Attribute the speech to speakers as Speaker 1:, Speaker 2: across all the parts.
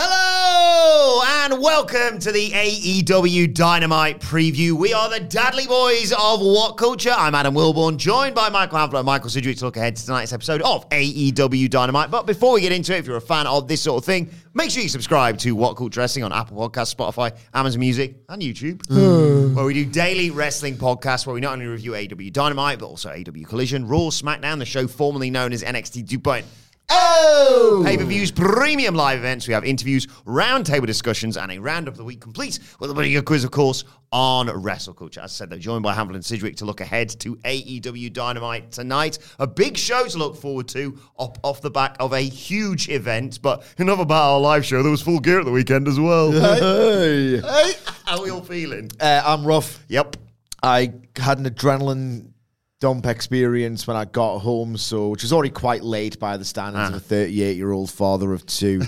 Speaker 1: Hello and welcome to the AEW Dynamite preview. We are the Dudley Boys of What Culture. I'm Adam Wilborn, joined by Michael Hamfler and Michael Sidgwick to look ahead to tonight's episode of AEW Dynamite. But before we get into it, if you're a fan of this sort of thing, make sure you subscribe to What Culture Wrestling on Apple Podcasts, Spotify, Amazon Music, and YouTube, where we do daily wrestling podcasts where we not only review AEW Dynamite, but also AEW Collision, Raw, SmackDown, the show formerly known as NXT 2.0. Oh! Pay per views, premium live events. We have interviews, roundtable discussions, and a roundup of the week complete with a pretty good quiz, of course, on wrestle culture. As I said, they're joined by Hamlin Sidgwick to look ahead to AEW Dynamite tonight. A big show to look forward to op- off the back of a huge event, but another battle live show. There was full gear at the weekend as well.
Speaker 2: Hey.
Speaker 1: Hey, how are we all feeling?
Speaker 2: Uh, I'm rough.
Speaker 1: Yep.
Speaker 2: I had an adrenaline dump experience when I got home, so which was already quite late by the standards of a 38 year old father of two.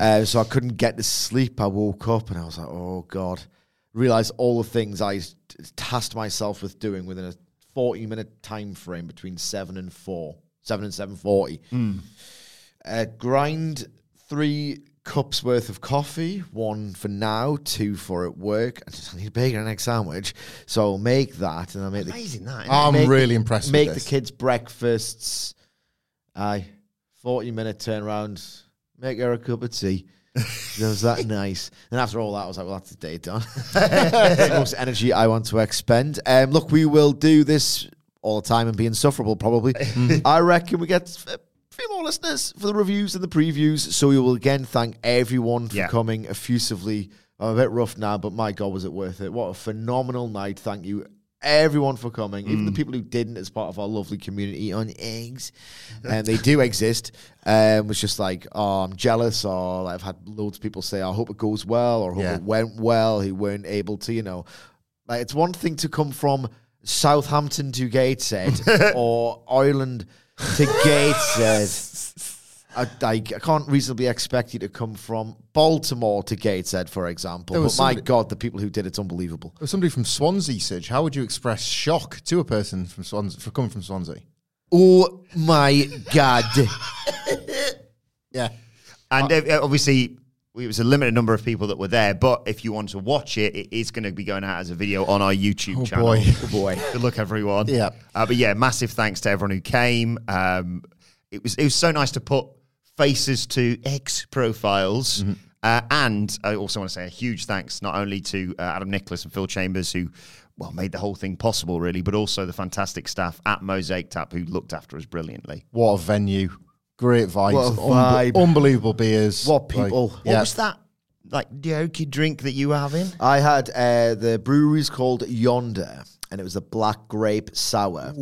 Speaker 2: uh, so I couldn't get to sleep. I woke up and I was like, oh God. Realised all the things I s- tasked myself with doing within a 40 minute time frame between 7 and 4, 7 and 7.40. Uh, grind three cups worth of coffee, one for now, two for at work. I just need a bacon and egg sandwich, so I'll make that, and I'll make
Speaker 1: Amazing,
Speaker 2: the,
Speaker 1: that, isn't it?
Speaker 2: I'll
Speaker 1: I'm
Speaker 2: the-
Speaker 1: really impressed with
Speaker 2: Make
Speaker 1: this.
Speaker 2: the kids breakfasts. Aye, forty minute turnaround. Make her a cup of tea. It was that nice. And after all that, I was like, well, that's the day done. It's the most energy I want to expend. Um, look, we will do this all the time and be insufferable, probably. I reckon we get a few more listeners for the reviews and the previews. So we will again thank everyone for
Speaker 1: Yeah.
Speaker 2: coming effusively. I'm a bit rough now, but my God, was it worth it? What a phenomenal night. Thank you. Everyone for coming, even the people who didn't, as part of our lovely community on eggs, and they do exist. Um, was just like, oh, I'm jealous, or I've had loads of people say, I hope it goes well, or I hope
Speaker 1: Yeah.
Speaker 2: it went well, who weren't able to, you know. Like it's one thing to come from Southampton to Gateshead or Ireland to Gateshead. I, I, I can't reasonably expect you to come from Baltimore to Gateshead, for example.
Speaker 3: There
Speaker 2: But
Speaker 3: was
Speaker 2: my
Speaker 3: somebody-
Speaker 2: God, the people who did it's unbelievable.
Speaker 3: If somebody from Swansea, Sige, how would you express shock to a person from Swansea for coming from Swansea?
Speaker 2: Oh my God.
Speaker 3: Yeah.
Speaker 1: And uh, obviously, it was a limited number of people that were there. But if you want to watch it, it is going to be going out as a video on our YouTube
Speaker 3: Oh,
Speaker 1: channel.
Speaker 3: boy.
Speaker 1: oh boy! Good luck, everyone.
Speaker 3: Yeah.
Speaker 1: Uh, but yeah, massive thanks to everyone who came. Um, it was it was so nice to put faces to ex profiles. Uh, and I also want to say a huge thanks not only to uh, Adam Nicholas and Phil Chambers who, well, made the whole thing possible, really, but also the fantastic staff at Mosaic Tap who looked after us brilliantly.
Speaker 3: What a venue. Great vibes.
Speaker 2: What a
Speaker 3: Unbe-
Speaker 2: vibe.
Speaker 3: unbelievable beers.
Speaker 2: What people.
Speaker 3: Like,
Speaker 2: What
Speaker 1: What
Speaker 3: yeah.
Speaker 1: was that like jokey drink that you were having?
Speaker 2: I had uh, the brewery's called Yonder, and it was a black grape sour.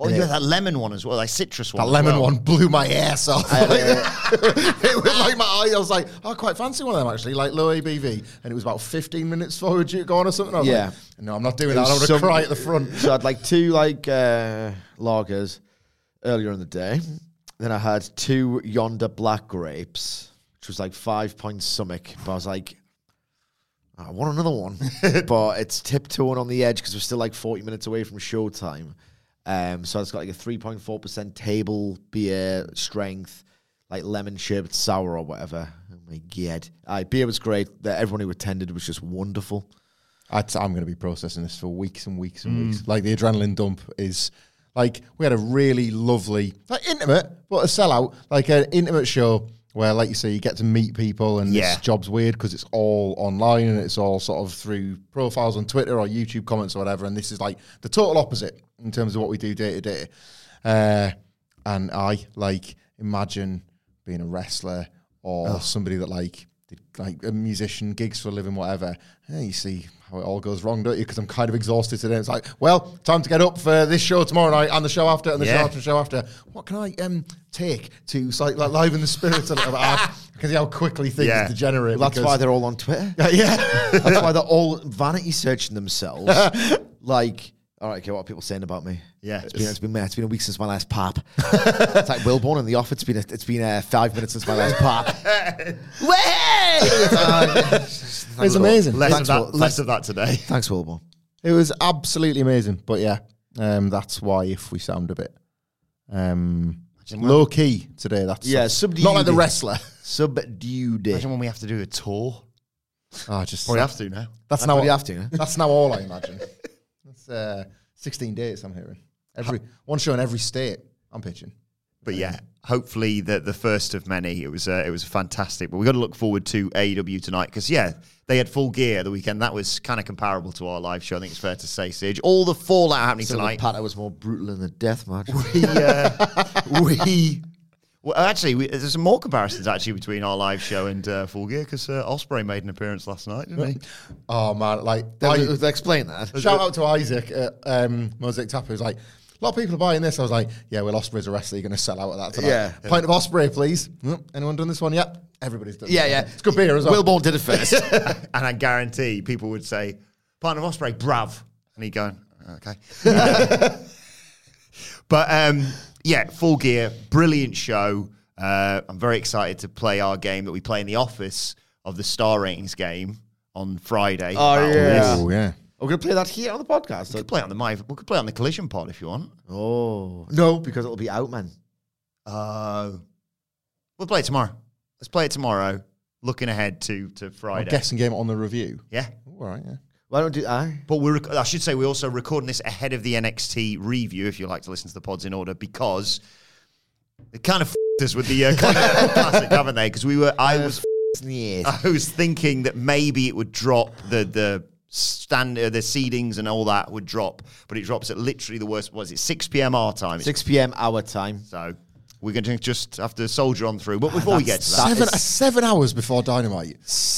Speaker 1: Oh, you had that lemon one as well, that citrus one.
Speaker 3: That
Speaker 1: as
Speaker 3: lemon
Speaker 1: well.
Speaker 3: one blew my ass off.
Speaker 2: uh,
Speaker 3: it was like my eye. I was like, I quite fancy one of them actually, like low ABV. And it was about 15 minutes for a due to go on or something. I was
Speaker 2: Yeah.
Speaker 3: like, no, I'm not doing
Speaker 2: It
Speaker 3: that. I
Speaker 2: was
Speaker 3: would
Speaker 2: some-
Speaker 3: have cried at the front.
Speaker 2: So I had like two like uh, lagers earlier in the day. Then I had two yonder black grapes, which was like five point stomach. But I was like, I want another one, but it's tiptoeing on the edge because we're still like forty minutes away from showtime. Um, so it's got like a three point four percent table beer strength, like lemon sherbet sour or whatever. Oh my god! Aye, beer was great. The, everyone who attended was just wonderful.
Speaker 3: i t- I'm going to be processing this for weeks and weeks and weeks. Like the adrenaline dump is like we had a really lovely, like intimate, but a sellout, like an intimate show where, like you say, you get to meet people and
Speaker 1: Yeah.
Speaker 3: this job's weird because it's all online and it's all sort of through profiles on Twitter or YouTube comments or whatever. And this is like the total opposite in terms of what we do day to day. Uh, and I like imagine being a wrestler or somebody that like did like a musician, gigs for a living, whatever. And you see how it all goes wrong, don't you? Because I'm kind of exhausted today. It's like, well, time to get up for this show tomorrow night and the show after and the
Speaker 1: Yeah.
Speaker 3: show after the show after. What can I um take to so, like, like liven the spirits a little bit? I can see how quickly things
Speaker 1: Yeah.
Speaker 3: degenerate.
Speaker 2: Well, that's why
Speaker 3: because-
Speaker 2: they're all on Twitter.
Speaker 3: yeah.
Speaker 2: That's why they're all vanity searching themselves. like, all right, okay, what are people saying about me?
Speaker 3: Yeah.
Speaker 2: it's been it's been it's been a week since my last pop. it's like Wilborn in the off. It's been a, it's been uh, five minutes since my last pop.
Speaker 3: It's amazing.
Speaker 1: Less of
Speaker 2: Thanks,
Speaker 1: that,
Speaker 2: Will.
Speaker 1: less of that today.
Speaker 2: Thanks, Wilborn.
Speaker 3: It was absolutely amazing. But yeah, um, that's why if we sound a bit um, low key today, that's
Speaker 2: Yeah,
Speaker 3: that's-
Speaker 2: subdued.
Speaker 3: not like the wrestler.
Speaker 2: Subdued.
Speaker 1: Imagine when we have to do a tour.
Speaker 3: Oh, just
Speaker 1: Well, we have to now.
Speaker 3: that's
Speaker 2: Now
Speaker 3: now
Speaker 2: you have to. huh?
Speaker 3: that's now all I imagine. That's uh, sixteen days. I'm hearing every one show in every state. I'm pitching.
Speaker 1: But yeah, hopefully the the first of many. It was uh, it was fantastic. But we got to look forward to AEW tonight because yeah, they had full gear the weekend. That was kind of comparable to our live show. I think it's fair to say, Sige. All the fallout happening
Speaker 2: So the
Speaker 1: tonight.
Speaker 2: patter was more brutal in the death match.
Speaker 1: we,
Speaker 2: eh?
Speaker 1: uh, we well, actually, we, there's some more comparisons actually between our live show and uh, Full Gear because uh, Osprey made an appearance last night, didn't he?
Speaker 3: Oh man, like
Speaker 2: That
Speaker 3: I-
Speaker 2: was- explain that.
Speaker 3: Shout out to Isaac at um, Mosaic Tapper. Who's like, a lot of people are buying this. I was like, yeah, well, Osprey's a wrestler. You're going to sell out at that tonight.
Speaker 2: Yeah.
Speaker 3: Pint of Osprey, please. Mm, Anyone done this one yet? Everybody's done.
Speaker 2: Yeah,
Speaker 3: this
Speaker 2: yeah.
Speaker 3: one. It's good beer as well.
Speaker 2: Wilborn did it first.
Speaker 1: and I guarantee people would say, "Partner of Osprey, brav," and he'd go, "Okay." but um, yeah, full gear, brilliant show. Uh, I'm very excited to play our game that we play in the office of the star ratings game on Friday.
Speaker 2: Oh,
Speaker 1: Battle
Speaker 2: yeah.
Speaker 1: List.
Speaker 3: Oh, yeah.
Speaker 2: We're gonna play that here on the podcast.
Speaker 1: We could play it on the my, we could play it on the collision pod if you want.
Speaker 2: oh no, because it'll be out, man.
Speaker 1: Uh, we'll play it tomorrow. Let's play it tomorrow. Looking ahead to to
Speaker 3: A
Speaker 1: Friday.
Speaker 3: guessing game on the review.
Speaker 1: Yeah.
Speaker 3: Ooh, all right, yeah.
Speaker 2: Why don't do I?
Speaker 1: But we're, rec- I should say we're also recording this ahead of the NXT review. If you like to listen to the pods in order, because it kind of f***ed us with the uh, Continental classic, haven't they? Because we were, I was,
Speaker 2: Yes.
Speaker 1: I was thinking that maybe it would drop the the stand, uh, the seedings and all that would drop, but it drops at literally the worst. Was it six p.m. our time?
Speaker 2: 6 p.m. our time.
Speaker 1: So we're going to just have to soldier on through. But before we get to that,
Speaker 3: seven,
Speaker 2: is-
Speaker 3: seven hours before Dynamite.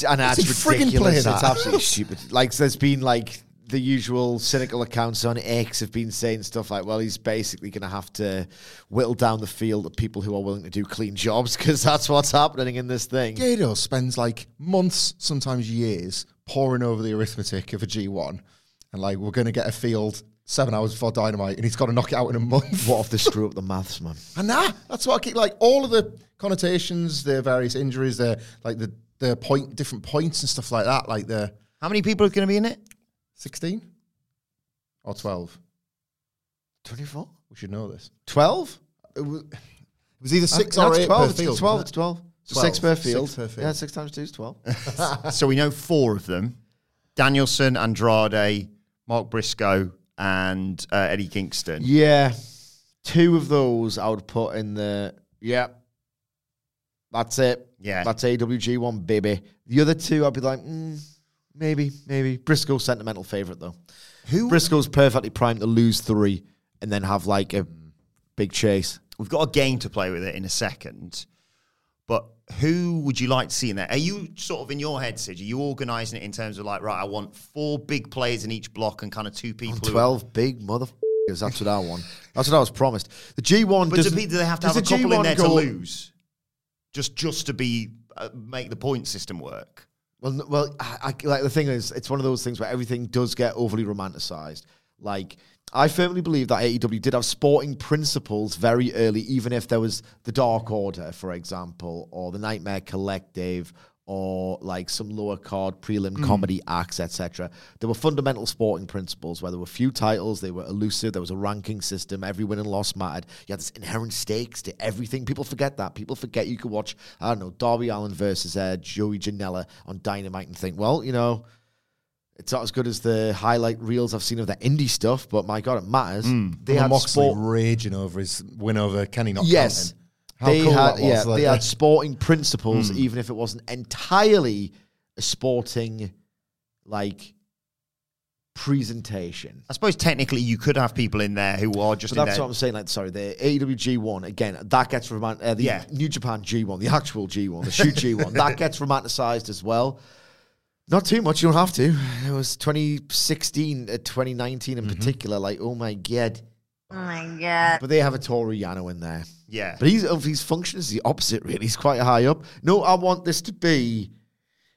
Speaker 2: And
Speaker 3: he
Speaker 2: that's
Speaker 3: friggin'
Speaker 2: ridiculous.
Speaker 3: playing
Speaker 2: It's
Speaker 3: at?
Speaker 2: absolutely stupid. Like, there's been like the usual cynical accounts on X have been saying stuff like, "Well, he's basically going to have to whittle down the field of people who are willing to do clean jobs because that's what's happening in this thing."
Speaker 3: Gado spends like months, sometimes years, poring over the arithmetic of a G1. And like, we're going to get a field seven hours before Dynamite, and he's got to knock it out in a month.
Speaker 2: What if they screw up the maths, man?
Speaker 3: And nah, that's what I keep like all of the connotations, the various injuries, the like the the point different points and stuff like that, like the
Speaker 1: how many people are going to be in it?
Speaker 3: sixteen or twelve.
Speaker 2: 24,
Speaker 3: We should know this.
Speaker 2: 12,
Speaker 3: It was, it was either six
Speaker 2: Uh, No,
Speaker 3: or
Speaker 2: it's
Speaker 3: eight
Speaker 2: 12.
Speaker 3: per field.
Speaker 2: It's 12.
Speaker 3: wasn't
Speaker 2: It's
Speaker 3: it?
Speaker 2: 12. So
Speaker 3: 12.
Speaker 2: Six per
Speaker 3: Six
Speaker 2: field.
Speaker 3: per field.
Speaker 2: Yeah, six times two is 12.
Speaker 1: so we know four of them Danielson, Andrade, Mark Briscoe, and uh, Eddie Kingston.
Speaker 2: yeah. Two of those I would put in the. Yeah. That's it.
Speaker 1: Yeah.
Speaker 2: That's AWG one, baby. The other two, I'd be like, mm, maybe, maybe. Briscoe's sentimental favourite, though. Who? Briscoe's perfectly primed to lose three and then have like a big chase.
Speaker 1: We've got a game to play with it in a second. But who would you like to see in there? Are you sort of in your head, Sid? Are you organising it in terms of like, right, I want four big players in each block and kind of two people? who-
Speaker 2: 12 big motherfuckers. That's what I want. That's what I was promised. The G1
Speaker 1: but do,
Speaker 2: doesn't-
Speaker 1: people- do they have to
Speaker 2: does
Speaker 1: have a
Speaker 2: the
Speaker 1: couple in
Speaker 2: G1
Speaker 1: there to
Speaker 2: go-
Speaker 1: lose? Just just to be uh, make the point system work.
Speaker 2: Well, n- well, I, I, like the thing is, it's one of those things where everything does get overly romanticized. Like, I firmly believe that AEW did have sporting principles very early, even if there was the Dark Order, for example, or the Nightmare Collective, or like some lower card prelim comedy acts, etc. There were fundamental sporting principles where there were few titles, they were elusive, there was a ranking system, every win and loss mattered. You had this inherent stakes to everything. People forget that. People forget you could watch, I don't know, Darby Allen versus uh, Joey Janela on Dynamite and think, well, you know, it's not as good as the highlight reels I've seen of the indie stuff, but my God, it matters. They
Speaker 3: Jon
Speaker 2: had
Speaker 3: Mm. Moxley
Speaker 2: sport.
Speaker 3: raging over his win over Kenny not
Speaker 2: Yes.
Speaker 3: counting.
Speaker 2: they
Speaker 3: cool
Speaker 2: had
Speaker 3: that Hmm. was,
Speaker 2: yeah,
Speaker 3: like,
Speaker 2: they
Speaker 3: yeah.
Speaker 2: had sporting principles, even if it wasn't entirely a sporting like presentation.
Speaker 1: I suppose technically you could have people in there who are just
Speaker 2: But
Speaker 1: in
Speaker 2: that's
Speaker 1: there.
Speaker 2: what I'm saying. Like, sorry, the E AEW G1 again. That gets romantic. Uh, the
Speaker 1: Yeah.
Speaker 2: New Japan G1, the actual G1, the shoot G1. That gets romanticized as well. Not too much. You don't have to. It was 2016, uh, 2019
Speaker 3: Mm-hmm.
Speaker 2: in particular. Like, oh my god.
Speaker 4: Oh my god.
Speaker 2: But they have a Toru Yano in there.
Speaker 1: yeah.
Speaker 2: But he's of his functions the opposite, really. He's quite high up. No, I want this to be.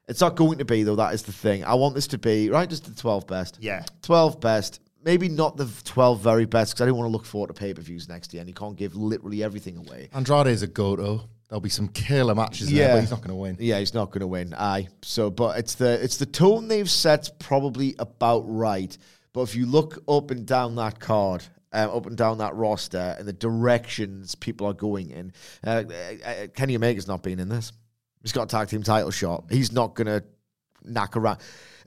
Speaker 2: It's not going to be though. That is the thing. I want this to be right. Just the twelve best.
Speaker 1: Yeah.
Speaker 2: twelve best. Maybe not the twelve very best because I don't want to look forward to pay per views next year, and you can't give literally everything away.
Speaker 3: Andrade's a go-to. There'll be some killer matches there, but he's not going to win.
Speaker 2: Yeah, he's not going to win. Aye. So, but it's the it's the tone they've set's probably about right. But if you look up and down that card, um, up and down that roster, and the directions people are going in, uh, uh, uh, Kenny Omega's not been in this. He's got a tag team title shot. He's not going to knack around.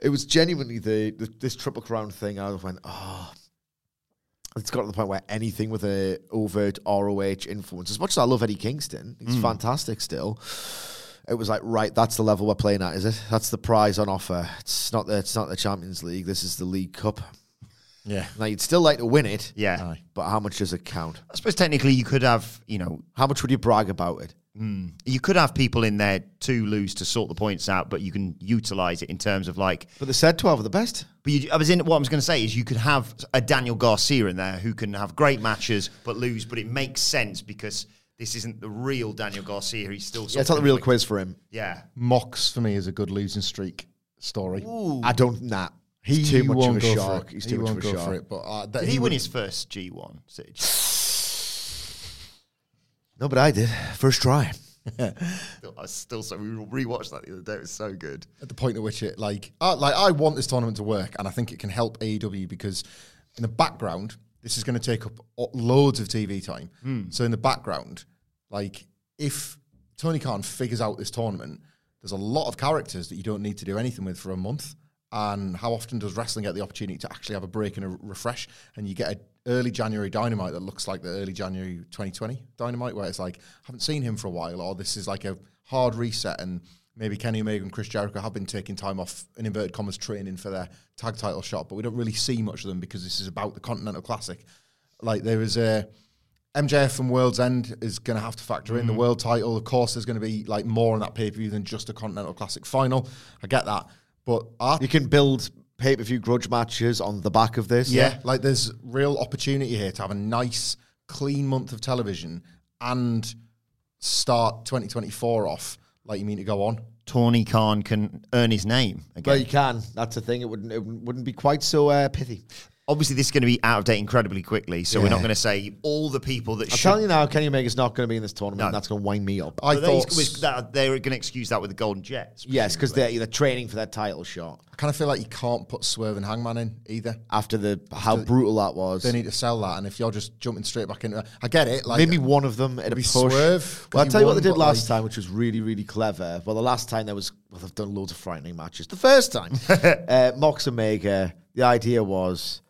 Speaker 2: It was genuinely the, the this triple crown thing. I went, oh, it's got to the point where anything with a overt ROH influence, as much as I love Eddie Kingston,
Speaker 3: Hmm.
Speaker 2: he's fantastic still. It was like, right, that's the level we're playing at, is it? That's the prize on offer. It's not the it's not the Champions League. This is the League Cup.
Speaker 3: Yeah.
Speaker 2: Now you'd still like to win it,
Speaker 1: Yeah.
Speaker 2: But how much does it count?
Speaker 1: I suppose technically you could have, you know,
Speaker 2: How much would you brag about it?
Speaker 1: you could have people in there to lose to sort the points out, but you can utilize it in terms of like.
Speaker 2: But they said twelve are the best.
Speaker 1: But you, I was in. What I was going to say is you could have a Daniel Garcia in there who can have great matches but lose, but it makes sense because this isn't the real Daniel Garcia. He's still.
Speaker 2: Yeah, it's not the
Speaker 1: something
Speaker 2: real
Speaker 1: like-
Speaker 2: quiz for him.
Speaker 1: Yeah.
Speaker 3: Mox for me is a good losing streak story.
Speaker 2: I don't. Nah, he's too much of a shark. He's
Speaker 3: he
Speaker 2: too much
Speaker 3: won't
Speaker 2: of a
Speaker 3: go
Speaker 2: shark.
Speaker 3: for it. But uh, that
Speaker 1: Did he, win
Speaker 3: would-
Speaker 1: his first G1? Sitch?
Speaker 2: No, but I did first try.
Speaker 1: I was still so we rewatched that the other day. It was so good.
Speaker 3: at the point at which it like I, like I want this tournament to work, and I think it can help AEW because in the background this is going to take up o- loads of TV time.
Speaker 2: Hmm.
Speaker 3: So in the background, like if Tony Khan figures out this tournament, there's a lot of characters that you don't need to do anything with for a month. And how often does wrestling get the opportunity to actually have a break and a refresh? And you get an early January dynamite that looks like the early January 2020 dynamite, where it's like, haven't seen him for a while, or this is like a hard reset. And maybe Kenny Omega and Chris Jericho have been taking time off in inverted commas training for their tag title shot, but we don't really see much of them because this is about the Continental Classic. Like there is a MJF from World's End is going to have to factor in the
Speaker 2: Mm.
Speaker 3: world title. Of course, there's going to be like more on that pay per view than just a Continental Classic final. I get that, but I
Speaker 2: You can build pay per view grudge matches on the back of this.
Speaker 3: yeah, like there's real opportunity here to have a nice, clean month of television and start 2024 off like you mean to go on.
Speaker 1: Tawny Khan can earn his name again.
Speaker 2: Well, you can. That's the thing. It wouldn't. It wouldn't be quite so uh, pithy.
Speaker 1: Obviously, this is going to be out of date incredibly quickly, so we're not going to say all the people that
Speaker 2: I'm
Speaker 1: should.
Speaker 2: telling you now, Kenny Omega's not going to be in this tournament. and That's going to wind me up.
Speaker 3: I
Speaker 1: But they-
Speaker 3: thought
Speaker 1: was that- they were going to excuse that with the Golden Jets.
Speaker 2: yes, because they're, they're training for that title shot
Speaker 3: I kind of feel like you can't put Swerve and Hangman in either.
Speaker 2: after the how brutal that was.
Speaker 3: They need to sell that, and if you're just jumping straight back into, it, I get it. Like
Speaker 2: Maybe one of them at a
Speaker 3: maybe
Speaker 2: push.
Speaker 3: Swerve, 'cause
Speaker 2: Well, I'll
Speaker 3: he
Speaker 2: tell you what
Speaker 3: won,
Speaker 2: they did
Speaker 3: but,
Speaker 2: last
Speaker 3: like-
Speaker 2: time, which was really, really clever. Well, the last time there was, well, they've done loads of frightening matches. The first time, uh, Mox Omega, the idea was,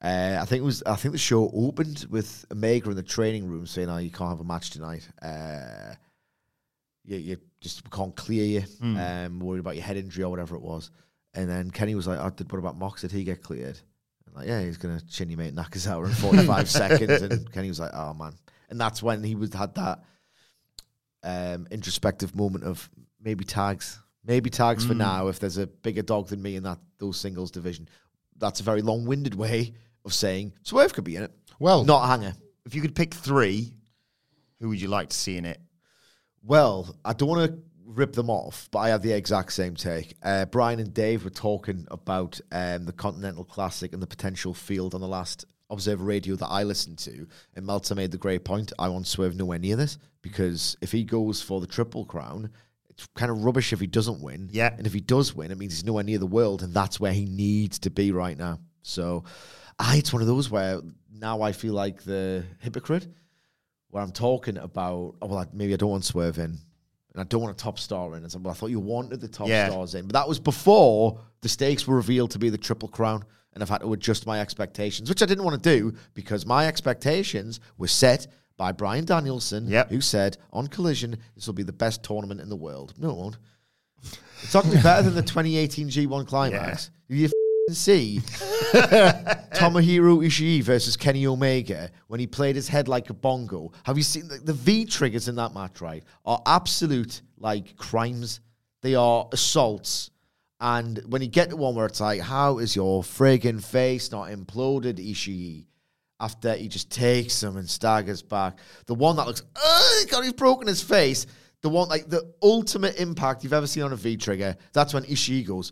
Speaker 2: uh, I think it was, I think the show opened with Omega in the training room saying, oh, you can't have a match tonight. Uh, you, you just we can't clear you. Um, worried about your head injury or whatever it was. And then Kenny was like, oh, did, what about Mox? Did he get cleared? I'm like, yeah, he's going to chin your mate Nakazawa in 45 seconds. And Kenny was like, oh, man. And that's when he was had that um, introspective moment of maybe tags, maybe tags for now. If there's a bigger dog than me in that those singles division, that's a very long-winded way of saying Swerve could be in it.
Speaker 3: Well-
Speaker 2: not a hanger.
Speaker 1: If you could pick three, who would you like to see in it?
Speaker 2: Well, I don't want to rip them off, but I have the exact same take. Uh, Brian and Dave were talking about um, the Continental Classic and the potential field on the last Observer Radio that I listened to, and Meltzer made the great point. I want Swerve nowhere near this because if he goes for the Triple Crown. It's kind of rubbish if he doesn't win.
Speaker 1: Yeah.
Speaker 2: And if he does win, it means he's nowhere near the world, and that's where he needs to be right now. So, I, it's one of those where now I feel like the hypocrite where I'm talking about, oh, well, I, maybe I don't want Swerve in, and I don't want a top star in. And so, well, I thought you wanted the top
Speaker 1: Yeah.
Speaker 2: stars in, but that was before the stakes were revealed to be the Triple Crown, and I've had to adjust my expectations, which I didn't want to do because my expectations were set by Brian Danielson,
Speaker 1: Yep.
Speaker 2: who said on Collision this will be the best tournament in the world. No, it won't. It's not going to be better than the 2018 G1 Climax. Are you f- see Uh, Tomohiro Ishii versus Kenny Omega when he played his head like a bongo. Have you seen the, the V triggers in that match? Right, are absolute like crimes. They are assaults. And when you get to one where it's like, how is your friggin' face not imploded, Ishii? After he just takes him and staggers back. The one that looks, oh God, he's broken his face. The one, like the ultimate impact you've ever seen on a V trigger, that's when Ishii goes,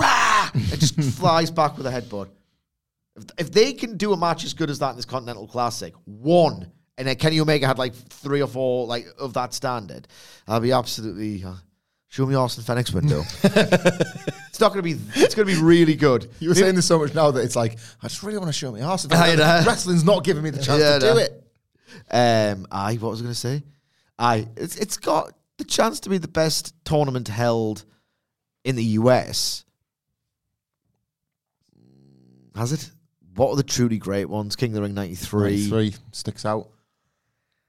Speaker 2: rah, and just flies back with a headbutt. If, if they can do a match as good as that in this Continental Classic, one, and then Kenny Omega had like three or four like of that standard, I'll be absolutely uh, show me Austin Fenix window. it's not gonna be. It's gonna be really good.
Speaker 3: You were saying this so much now that it's like, I just really want to show my arse.
Speaker 2: I know.
Speaker 3: Wrestling's not giving me the chance
Speaker 2: Yeah, I
Speaker 3: to
Speaker 2: know.
Speaker 3: do it.
Speaker 2: Um, I what was I gonna say? I it's it's got the chance to be the best tournament held in the US. Has it? What are the truly great ones? King of the Ring '93.
Speaker 3: Three Um, sticks out.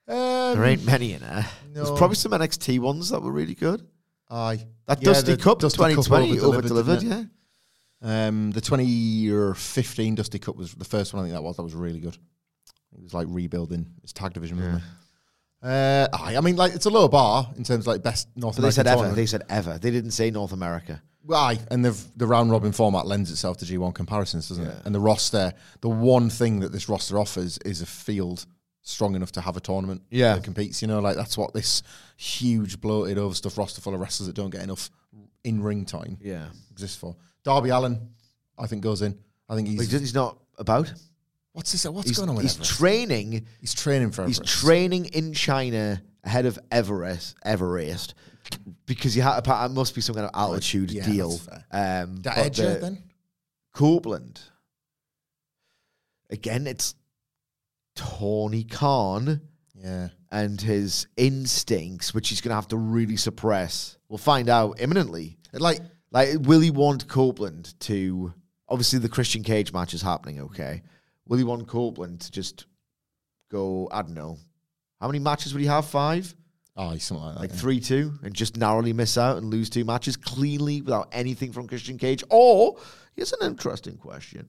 Speaker 2: There ain't many in there. There's
Speaker 3: No.
Speaker 2: probably some NXT ones that were really good.
Speaker 3: Aye.
Speaker 2: That
Speaker 3: Yeah,
Speaker 2: Dusty
Speaker 3: the
Speaker 2: Cup
Speaker 3: Dusty Cup
Speaker 2: 2020 over delivered,
Speaker 3: over-delivered, didn't
Speaker 2: yeah.
Speaker 3: Um, the 20 or 15 Dusty Cup was the first one I think that was. That was really good. It was like rebuilding its tag division, wasn't it? Uh, aye, I mean, like it's a low bar in terms of like best North
Speaker 2: So they
Speaker 3: American
Speaker 2: said ever.
Speaker 3: tournament.
Speaker 2: They said ever. They didn't say North America.
Speaker 3: Aye, and the the round robin format lends itself to G1 comparisons, doesn't it? And the roster, the one thing that this roster offers is a field strong enough to have a tournament
Speaker 2: Yeah.
Speaker 3: that competes. You know, like that's what this huge bloated overstuffed roster full of wrestlers that don't get enough in ring time
Speaker 2: Yeah.
Speaker 3: exists for. Darby Allen, I think goes in. I think
Speaker 2: He's,
Speaker 3: he's
Speaker 2: he's not about.
Speaker 3: what's this? What's
Speaker 2: He's,
Speaker 3: going on with
Speaker 2: he's
Speaker 3: Everest?
Speaker 2: training.
Speaker 3: he's training for
Speaker 2: He's
Speaker 3: Everest.
Speaker 2: training in China ahead of Everest. Everest. Because you had it must be some kind of altitude
Speaker 3: yeah,
Speaker 2: deal.
Speaker 3: that's fair.
Speaker 2: Um,
Speaker 3: Da-
Speaker 2: but
Speaker 3: Edger
Speaker 2: the-
Speaker 3: then.
Speaker 2: Copeland. Again, it's Tawny Khan.
Speaker 3: Yeah,
Speaker 2: and his instincts, which he's going to have to really suppress. We'll find out imminently. Like, like will he want Copeland to? Obviously, the Christian Cage match is happening. Okay, will he want Copeland to just go? I don't know. How many matches would he have? Five,
Speaker 3: aye, something like that.
Speaker 2: like
Speaker 3: yeah.
Speaker 2: three, two, and just narrowly miss out and lose two matches cleanly without anything from Christian Cage. Or here's an interesting question.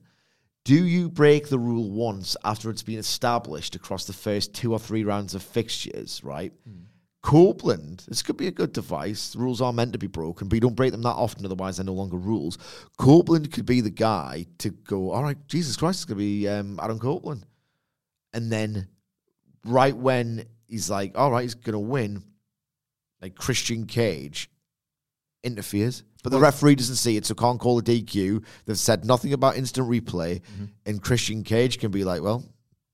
Speaker 2: Do you break the rule once after it's been established across the first two or three rounds of fixtures, right?
Speaker 3: Hmm.
Speaker 2: Copeland, this could be a good device. Rules are meant to be broken, but you don't break them that often, otherwise they're no longer rules. Copeland could be the guy to go, all right, Jesus Christ, it's going to be um, Adam Copeland. And then right when he's like, all right, he's going to win, like Christian Cage interferes, but the referee doesn't see it, so can't call a DQ. They've said nothing about instant replay,
Speaker 3: Mm-hmm.
Speaker 2: and Christian Cage can be like, well,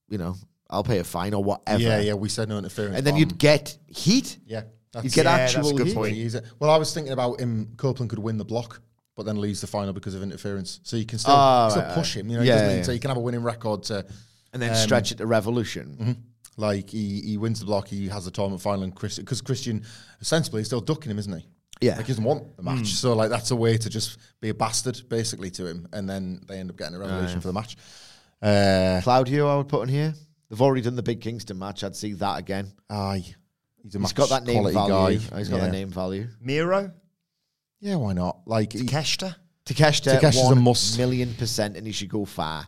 Speaker 2: you know, I'll pay a fine or whatever.
Speaker 3: Yeah, yeah. We said no interference,
Speaker 2: And then
Speaker 3: but
Speaker 2: you'd
Speaker 3: I'm-
Speaker 2: get heat.
Speaker 3: Yeah, that's,
Speaker 2: You get Yeah, that's a actual good heat. point.
Speaker 3: He's a- well, I was thinking about him. Copeland could win the block, but then lose the final because of interference. So you can still,
Speaker 2: Ah,
Speaker 3: still
Speaker 2: right,
Speaker 3: push
Speaker 2: right.
Speaker 3: him. You know, he
Speaker 2: Yeah,
Speaker 3: doesn't need
Speaker 2: yeah.
Speaker 3: to- you can have a winning record to.
Speaker 2: And then stretch
Speaker 3: Um,
Speaker 2: it to revolution.
Speaker 3: mm-hmm. Like he, he wins the block, he has the tournament final, and Chris because Christian sensibly is still ducking him, isn't he?
Speaker 2: Yeah.
Speaker 3: like he doesn't want the match, so like that's a way to just be a bastard basically to him, and then they end up getting a revolution for the match. Uh,
Speaker 2: Claudio, I would put in here. They've already done the big Kingston match. I'd see that again.
Speaker 3: aye, he's
Speaker 2: He's
Speaker 3: a match
Speaker 2: got that name
Speaker 3: quality
Speaker 2: value.
Speaker 3: guy.
Speaker 2: Oh, He's got
Speaker 3: yeah.
Speaker 2: that name value.
Speaker 1: Miro?
Speaker 3: Yeah, why not? Like he-
Speaker 1: Takeshita?
Speaker 2: Takeshita,
Speaker 3: Takeshita's a
Speaker 2: one
Speaker 3: must.
Speaker 2: million percent, and he should go far.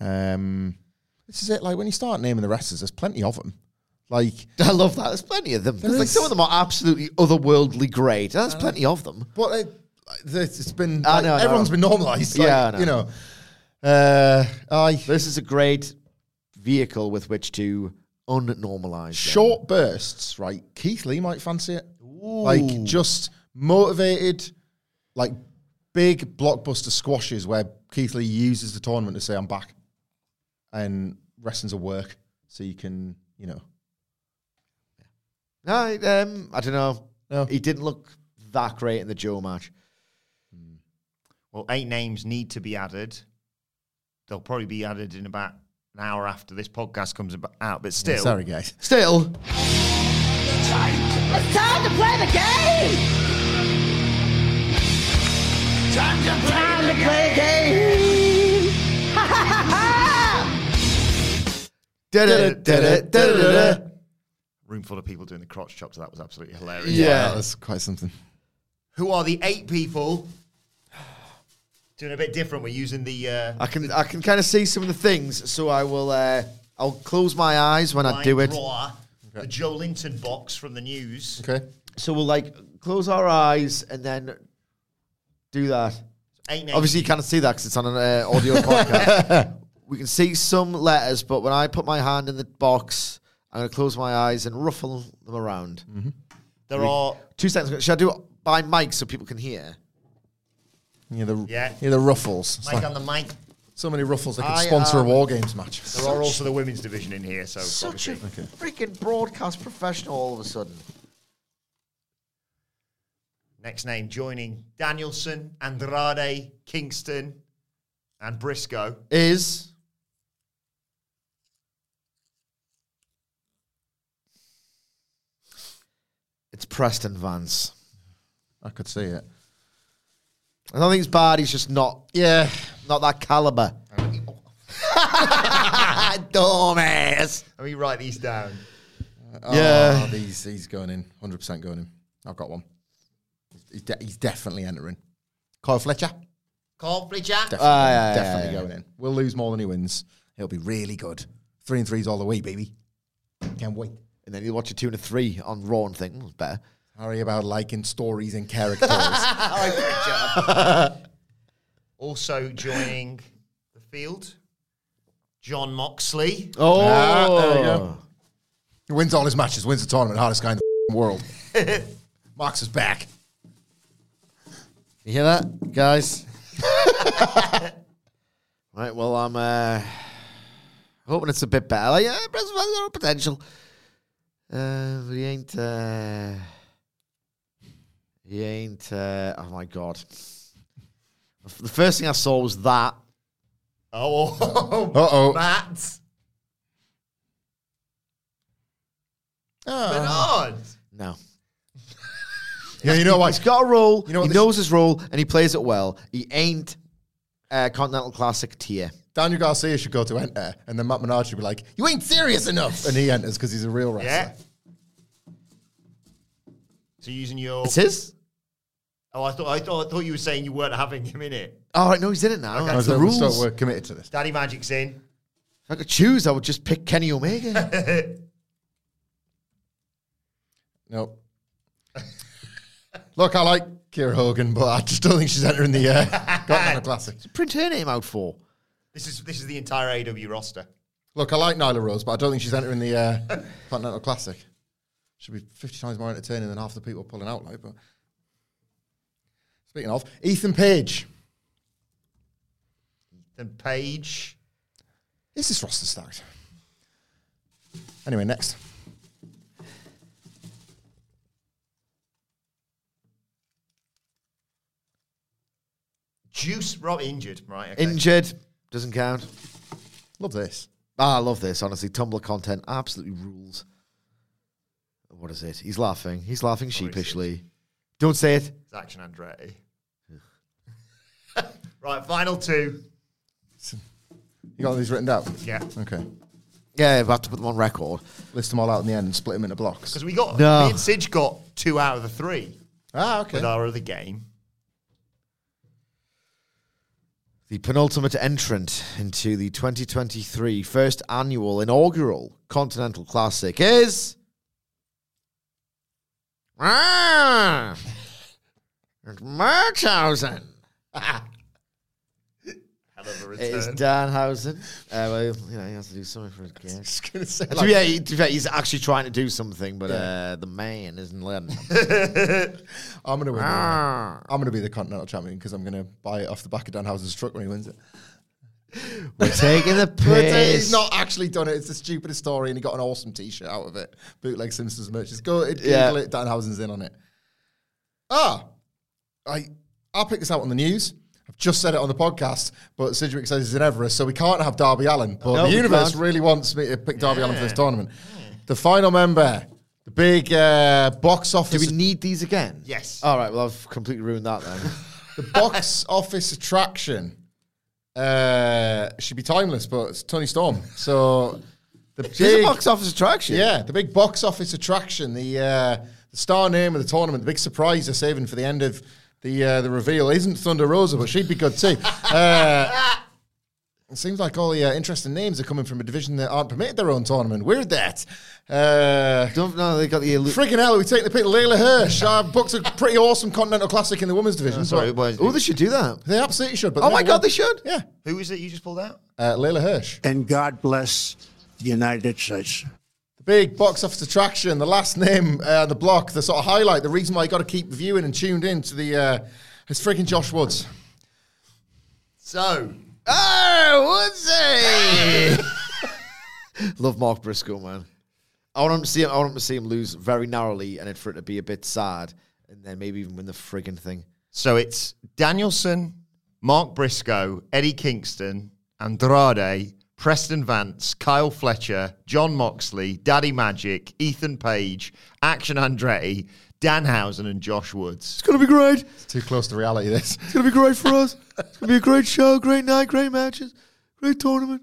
Speaker 3: Um, this is it. Like when you start naming the wrestlers, there's plenty of them. Like,
Speaker 2: I love that. There's plenty of them. 'Cause,
Speaker 3: There
Speaker 2: like
Speaker 3: is.
Speaker 2: some of them are absolutely otherworldly great. There's plenty of them.
Speaker 3: but it, like, this- it's been
Speaker 2: I
Speaker 3: like,
Speaker 2: know, I know.
Speaker 3: everyone's been normalised. Like,
Speaker 2: Yeah, I know.
Speaker 3: you know. Uh, I
Speaker 2: This is a great vehicle with which to unnormalize. them.
Speaker 3: short bursts, right? Keith Lee might fancy it. Like just motivated, like big blockbuster squashes where Keith Lee uses the tournament to say I'm back, and wrestling's a work, so you can you know
Speaker 2: No, I- um, I don't know.
Speaker 3: No.
Speaker 2: He didn't look that great in the Joe match.
Speaker 1: Well, eight names need to be added. They'll probably be added in about an hour after this podcast comes ab- out, but still.
Speaker 3: sorry guys.
Speaker 2: Still,
Speaker 4: It's time to play the game! Time to play, the, game! Ha ha ha ha!
Speaker 2: Da-da-da-da-da-da-da.
Speaker 1: Room full of people doing the crotch chop, so that was absolutely hilarious.
Speaker 2: Yeah.
Speaker 3: that's quite something.
Speaker 1: Who are the eight people Doing a bit different. We're using the. Uh,
Speaker 2: I can I can kind of see some of the things, so I will uh, I'll close my eyes when I
Speaker 1: line
Speaker 2: do it.
Speaker 1: drawer, The Joe Linton box from the news.
Speaker 3: Okay.
Speaker 2: So we'll like close our eyes and then do that.
Speaker 1: Ain't no-
Speaker 2: Obviously, you can't see that because it's on an uh, audio podcast. We can see some letters, but when I put my hand in the box, I'm going to close my eyes and ruffle them around.
Speaker 1: there are.
Speaker 2: Two seconds. Should I do it by mic so people can hear?
Speaker 3: Yeah, the
Speaker 1: Yeah.
Speaker 3: yeah, the ruffles. It's
Speaker 1: Mike
Speaker 3: like
Speaker 1: on the mic.
Speaker 3: so many ruffles that could
Speaker 2: I,
Speaker 3: sponsor
Speaker 2: um,
Speaker 3: a war games match.
Speaker 1: There are also the women's division in here, so
Speaker 2: Such a
Speaker 1: obviously.
Speaker 2: freaking broadcast professional all of a sudden.
Speaker 1: Next name joining Danielson, Andrade, Kingston, and Briscoe.
Speaker 2: Is. It's Preston Vance.
Speaker 3: I could see it.
Speaker 2: I don't think it's bad. He's just not, yeah, not that caliber.
Speaker 1: Dumbass. Let me write these down.
Speaker 2: yeah,
Speaker 3: Oh, these he's going in, hundred percent going in. I've got one. He's, de- he's definitely entering. Kyle Fletcher,
Speaker 1: Cornbridge
Speaker 3: definitely, definitely going in. We'll lose more than he wins. He'll be really good. Three and threes all the way, baby. Can't wait.
Speaker 2: and then you watch a two and a three on Raw and think, mm, better.
Speaker 3: Hurry about liking stories and characters. I
Speaker 1: Also joining the field, John Moxley.
Speaker 2: Oh,
Speaker 3: there you go. He wins all his matches, wins the tournament, hardest guy in the world. Mox is back.
Speaker 2: you hear that, guys? right. Well, I'm uh, hoping it's a bit better. Like, yeah, Preston Vance got potential. Uh, but he ain't. Uh, he ain't. Uh, oh my god! The first thing I saw was that.
Speaker 1: Oh,
Speaker 3: Uh oh.
Speaker 1: Matt
Speaker 3: Ah.
Speaker 1: Bernard.
Speaker 2: No.
Speaker 3: Yeah, you know why?
Speaker 2: He's got a role.
Speaker 3: You know what
Speaker 2: he
Speaker 3: this-
Speaker 2: knows his role and he plays it well. He ain't uh, Continental Classic tier.
Speaker 3: Daniel Garcia should go to enter, and then Matt Menard should be like, "You ain't serious enough," and he enters because he's a real wrestler.
Speaker 1: Yeah. So using your.
Speaker 2: It's his.
Speaker 1: Oh, I thought, I thought I thought you were saying you weren't having him in it.
Speaker 2: All right, Oh, no, he's in it now. That's the
Speaker 3: So- so
Speaker 2: rules.
Speaker 3: we're
Speaker 2: If
Speaker 3: committed to this.
Speaker 1: Daddy Magic's in.
Speaker 2: I could choose, I would just pick Kenny Omega.
Speaker 3: Nope. Look, I like Kira Hogan, but I just don't think she's entering the uh, Continental Classic.
Speaker 2: Print her name out for.
Speaker 1: This is this is the entire AW roster.
Speaker 3: Look, I like Nyla Rose, but I don't think she's entering the uh, Continental Classic. Should be 50 times more entertaining than half the people pulling out, like, but. Speaking of, Ethan Page.
Speaker 1: Then Paige.
Speaker 3: Is this roster stacked? Anyway, next.
Speaker 1: Juice Rob injured, right? Okay.
Speaker 2: Injured doesn't count.
Speaker 3: Love this.
Speaker 2: Ah, I love this. Honestly, Tumblr content absolutely rules. What is it? He's laughing. He's laughing sheepishly. Don't say it.
Speaker 1: It's action Andretti. right, final two.
Speaker 3: You got all these written down?
Speaker 1: Yeah.
Speaker 3: Okay.
Speaker 2: Yeah, we have to put them on record.
Speaker 3: List them all out in the end and split them into blocks.
Speaker 1: Because we got
Speaker 2: No.
Speaker 1: me and Sidge got two out of the three
Speaker 3: Ah, okay.
Speaker 1: with our other game.
Speaker 2: The penultimate entrant into the 2023 first annual inaugural Continental Classic is. Ah, it's Murchhausen.
Speaker 1: Hell of a
Speaker 2: It is
Speaker 1: return.
Speaker 2: Danhausen. Uh, well, you know, he has to do something for his game.
Speaker 3: just gonna say,
Speaker 2: to, be, yeah, to be fair, he's actually trying to do something, but uh, the man isn't letting him.
Speaker 3: I'm gonna win. the-
Speaker 1: Ah.
Speaker 3: I'm gonna be the continental champion because I'm gonna buy it off the back of Danhausen's truck when he wins it.
Speaker 2: We're taking the
Speaker 3: But he's
Speaker 2: piss.
Speaker 3: not actually done it. It's the stupidest story, and he got an awesome T-shirt out of it. Bootleg Simpsons merch. Just go and
Speaker 2: Yeah.
Speaker 3: Google it. Danhausen's in on it. Ah, I I picked this out on the news. I've just said it on the podcast, but Sidgwick says he's in Everest, so we can't have Darby Allen. But
Speaker 2: No,
Speaker 3: the
Speaker 2: we
Speaker 3: universe
Speaker 2: can't.
Speaker 3: really wants me to pick Darby Allen for this tournament. The final member, the big uh, box
Speaker 2: Do
Speaker 3: office
Speaker 2: we need these again?
Speaker 1: Yes.
Speaker 2: All right, well, I've completely ruined that then.
Speaker 3: the box office attraction uh, should be timeless, but it's Tony Storm. So the
Speaker 2: She's a
Speaker 3: big,
Speaker 2: box office attraction.
Speaker 3: yeah, the big box office attraction, the uh, the star name of the tournament, the big surprise they're saving for the end of the uh, the reveal isn't Thunder Rosa, but she'd be good too. Uh, it seems like all the uh, interesting names are coming from a division that aren't permitted their own tournament. Weird that. Uh,
Speaker 2: Don't know. They got the illu-
Speaker 3: Freaking hell, we take the pick. Layla Hirsch. I booked a pretty awesome Continental Classic in the women's division.
Speaker 1: sorry,
Speaker 3: but-
Speaker 1: boys.
Speaker 2: Oh, they should do that.
Speaker 3: they absolutely should. But
Speaker 2: Oh
Speaker 3: they
Speaker 2: my
Speaker 3: never
Speaker 2: god,
Speaker 3: won.
Speaker 2: they should.
Speaker 3: Yeah,
Speaker 1: Who is it you just pulled out?
Speaker 3: uh, Layla Hirsch.
Speaker 5: And God bless the United States.
Speaker 3: Big box office attraction, the last name uh, the block, the sort of highlight, the reason why you got to keep viewing and tuned in to the. Uh, it's freaking Josh Woods.
Speaker 1: So. Oh, Woodsy!
Speaker 2: Love Mark Briscoe, man. I want him to see him. I want him to see him lose very narrowly, and then for it to be a bit sad, and then maybe even win the frigging thing.
Speaker 1: so it's Danielson, Mark Briscoe, Eddie Kingston, Andrade, Preston Vance, Kyle Fletcher, John Moxley, Daddy Magic, Ethan Page, Action Andretti, Danhausen, and Josh Woods.
Speaker 2: It's gonna be great.
Speaker 3: It's too close to reality, this.
Speaker 2: It's gonna be great for us. It's gonna be a great show, great night, great matches, great tournament.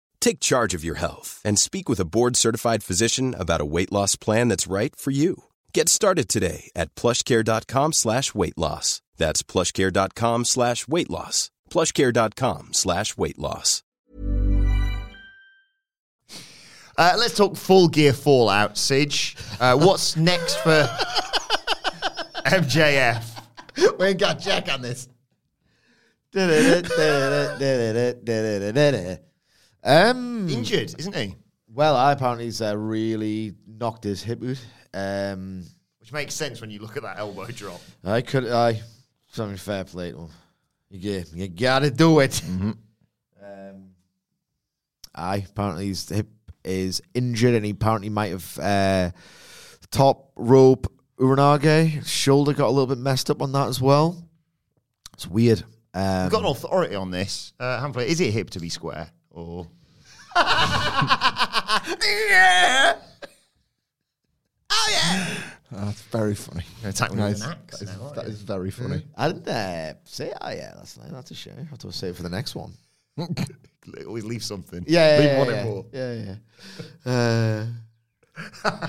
Speaker 6: Take charge of your health and speak with a board-certified physician about a weight loss plan that's right for you. Get started today at plushcare.com slash weight loss. That's plushcare.com slash weight loss. plushcare.com slash weight loss.
Speaker 1: Uh, let's talk Full Gear Fallout, Sige. Uh, what's next for MJF?
Speaker 3: we ain't got Jack on this.
Speaker 2: um.
Speaker 1: Injured, isn't he?
Speaker 2: Well, I apparently he's uh, really knocked his hip out. Um.
Speaker 1: Which makes sense when you look at that elbow drop.
Speaker 2: I could. I. Something fair play to him. You get. You gotta do it.
Speaker 3: Mm-hmm.
Speaker 2: Um. I apparently his hip is injured, and he apparently might have uh, top rope Uranage shoulder got a little bit messed up on that as well. It's weird. Um,
Speaker 1: We've got an authority on this. Uh, Humphrey, is it hip to be square or? yeah.
Speaker 2: Oh,
Speaker 3: Ah, That's very funny.
Speaker 1: Attack me
Speaker 3: Nice.
Speaker 1: with an axe.
Speaker 3: That is-
Speaker 1: now, aren't
Speaker 3: that
Speaker 1: you?
Speaker 3: is very funny.
Speaker 2: I didn't uh, say it. Oh, yeah, that's nice. That's a shame. I have to save it for the next one.
Speaker 1: Always leave something.
Speaker 2: Yeah,
Speaker 1: leave
Speaker 2: yeah,
Speaker 1: one in
Speaker 2: yeah,
Speaker 1: more.
Speaker 2: yeah, yeah, yeah. Uh,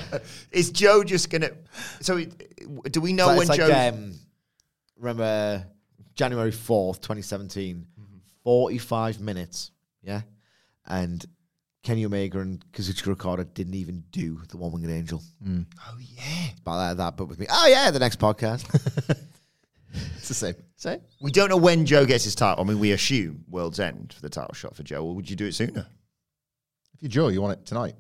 Speaker 1: Is Joe just gonna? So, it- do we know
Speaker 2: But
Speaker 1: when
Speaker 2: it's like,
Speaker 1: Joe?
Speaker 2: um, remember January 4th, 2017, 45 minutes, yeah? And Kenny Omega and Kazuchika Okada didn't even do the One Winged Angel.
Speaker 1: oh yeah,
Speaker 2: It's about that, that, but with me. Oh, yeah, the next podcast.
Speaker 3: It's the same.
Speaker 2: Say?
Speaker 1: we don't know when Joe gets his title. I mean, we assume World's End for the title shot for Joe. Or would you do it sooner?
Speaker 3: If you're Joe, you want it tonight.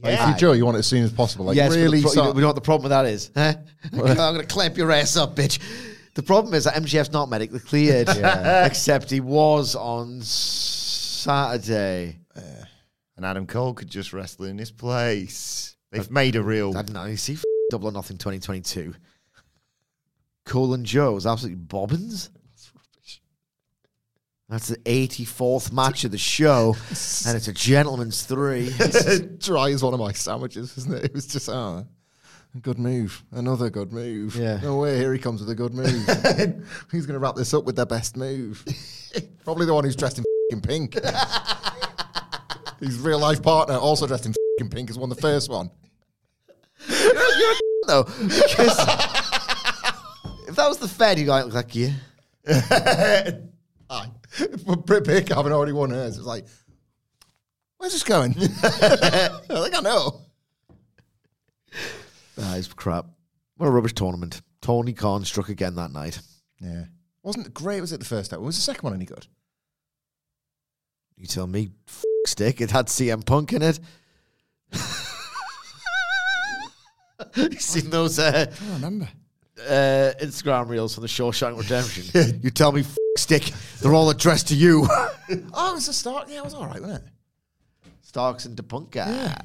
Speaker 3: Like,
Speaker 1: Yeah.
Speaker 3: if you're Joe, you want it as soon as possible. Like,
Speaker 2: yes, but the
Speaker 3: really.
Speaker 2: pro- you
Speaker 3: sort
Speaker 2: know,
Speaker 3: of-
Speaker 2: we know what the problem with that is. Huh? I'm going to clamp your ass up, bitch. The problem is that MGF's not medically cleared, except he was on Saturday.
Speaker 1: And Adam Cole could just wrestle in his place. They've made a
Speaker 3: Oh.
Speaker 1: real.
Speaker 2: I didn't know. You see, f- Double or Nothing 2022. Cole and Joe was absolutely bobbins. That's the 84th match of the show, and it's a gentleman's three.
Speaker 3: dry as one of my sandwiches, isn't it? It was just ah, good move, another good move.
Speaker 2: Yeah.
Speaker 3: No way, here he comes with a good move. He's going to wrap this up with their best move. Probably the one who's dressed in fing pink. His real life partner, also dressed in fing pink, has won the first one.
Speaker 2: You're a though. Because if that was the Fed, you'd like, look like you.
Speaker 3: Aye. But Britt Baker having already won hers, it's like, where's this going? I think I know.
Speaker 2: That is crap. What a rubbish tournament. Tony Khan struck again that night.
Speaker 3: Yeah. Wasn't it great, was it, the first out? Was the second one any good?
Speaker 2: You tell me, f- stick. It had CM Punk in it. you seen those uh,
Speaker 3: I remember.
Speaker 2: uh, Instagram reels from the Shawshank Redemption? you tell me, f- stick. They're all addressed to you.
Speaker 3: Oh, it was the start. Yeah, it was all right, wasn't it?
Speaker 2: Starks and DePunka.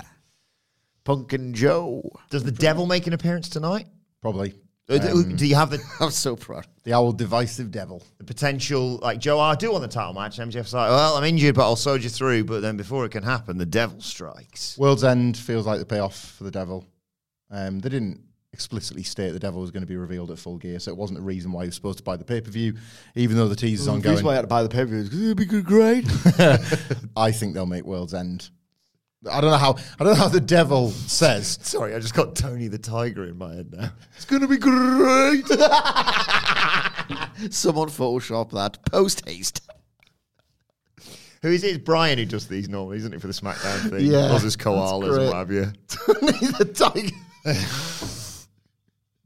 Speaker 2: Punk and Joe.
Speaker 1: Does the devil make an appearance tonight?
Speaker 3: Probably.
Speaker 1: Or Uh, do-
Speaker 3: Um,
Speaker 1: do you have the,
Speaker 2: I'm so proud.
Speaker 3: The old divisive devil.
Speaker 1: the potential, like Joe Ardu on the title match? And MJF's like, well, I'm injured, but I'll soldier through. But then before it can happen, the devil strikes.
Speaker 3: World's End feels like the payoff for the devil. Um, they didn't explicitly state the devil was going to be revealed at full gear, so it wasn't a reason why he was supposed to buy the pay per view, even though the teaser's
Speaker 1: Mm,
Speaker 2: The reason why I
Speaker 3: ongoing.
Speaker 2: had to buy the pay per view because it'd be good grade.
Speaker 3: I think they'll make World's End. I don't know how I don't know how the devil says.
Speaker 1: Sorry, I just got Tony the Tiger in my head now.
Speaker 2: It's gonna be great. Someone Photoshop that post haste.
Speaker 1: Who is it? It's Brian who does these normally, isn't it, for the SmackDown thing?
Speaker 3: Yeah,
Speaker 1: Does his
Speaker 3: that's
Speaker 1: koalas and
Speaker 3: great.
Speaker 1: what have you.
Speaker 3: Tony the Tiger.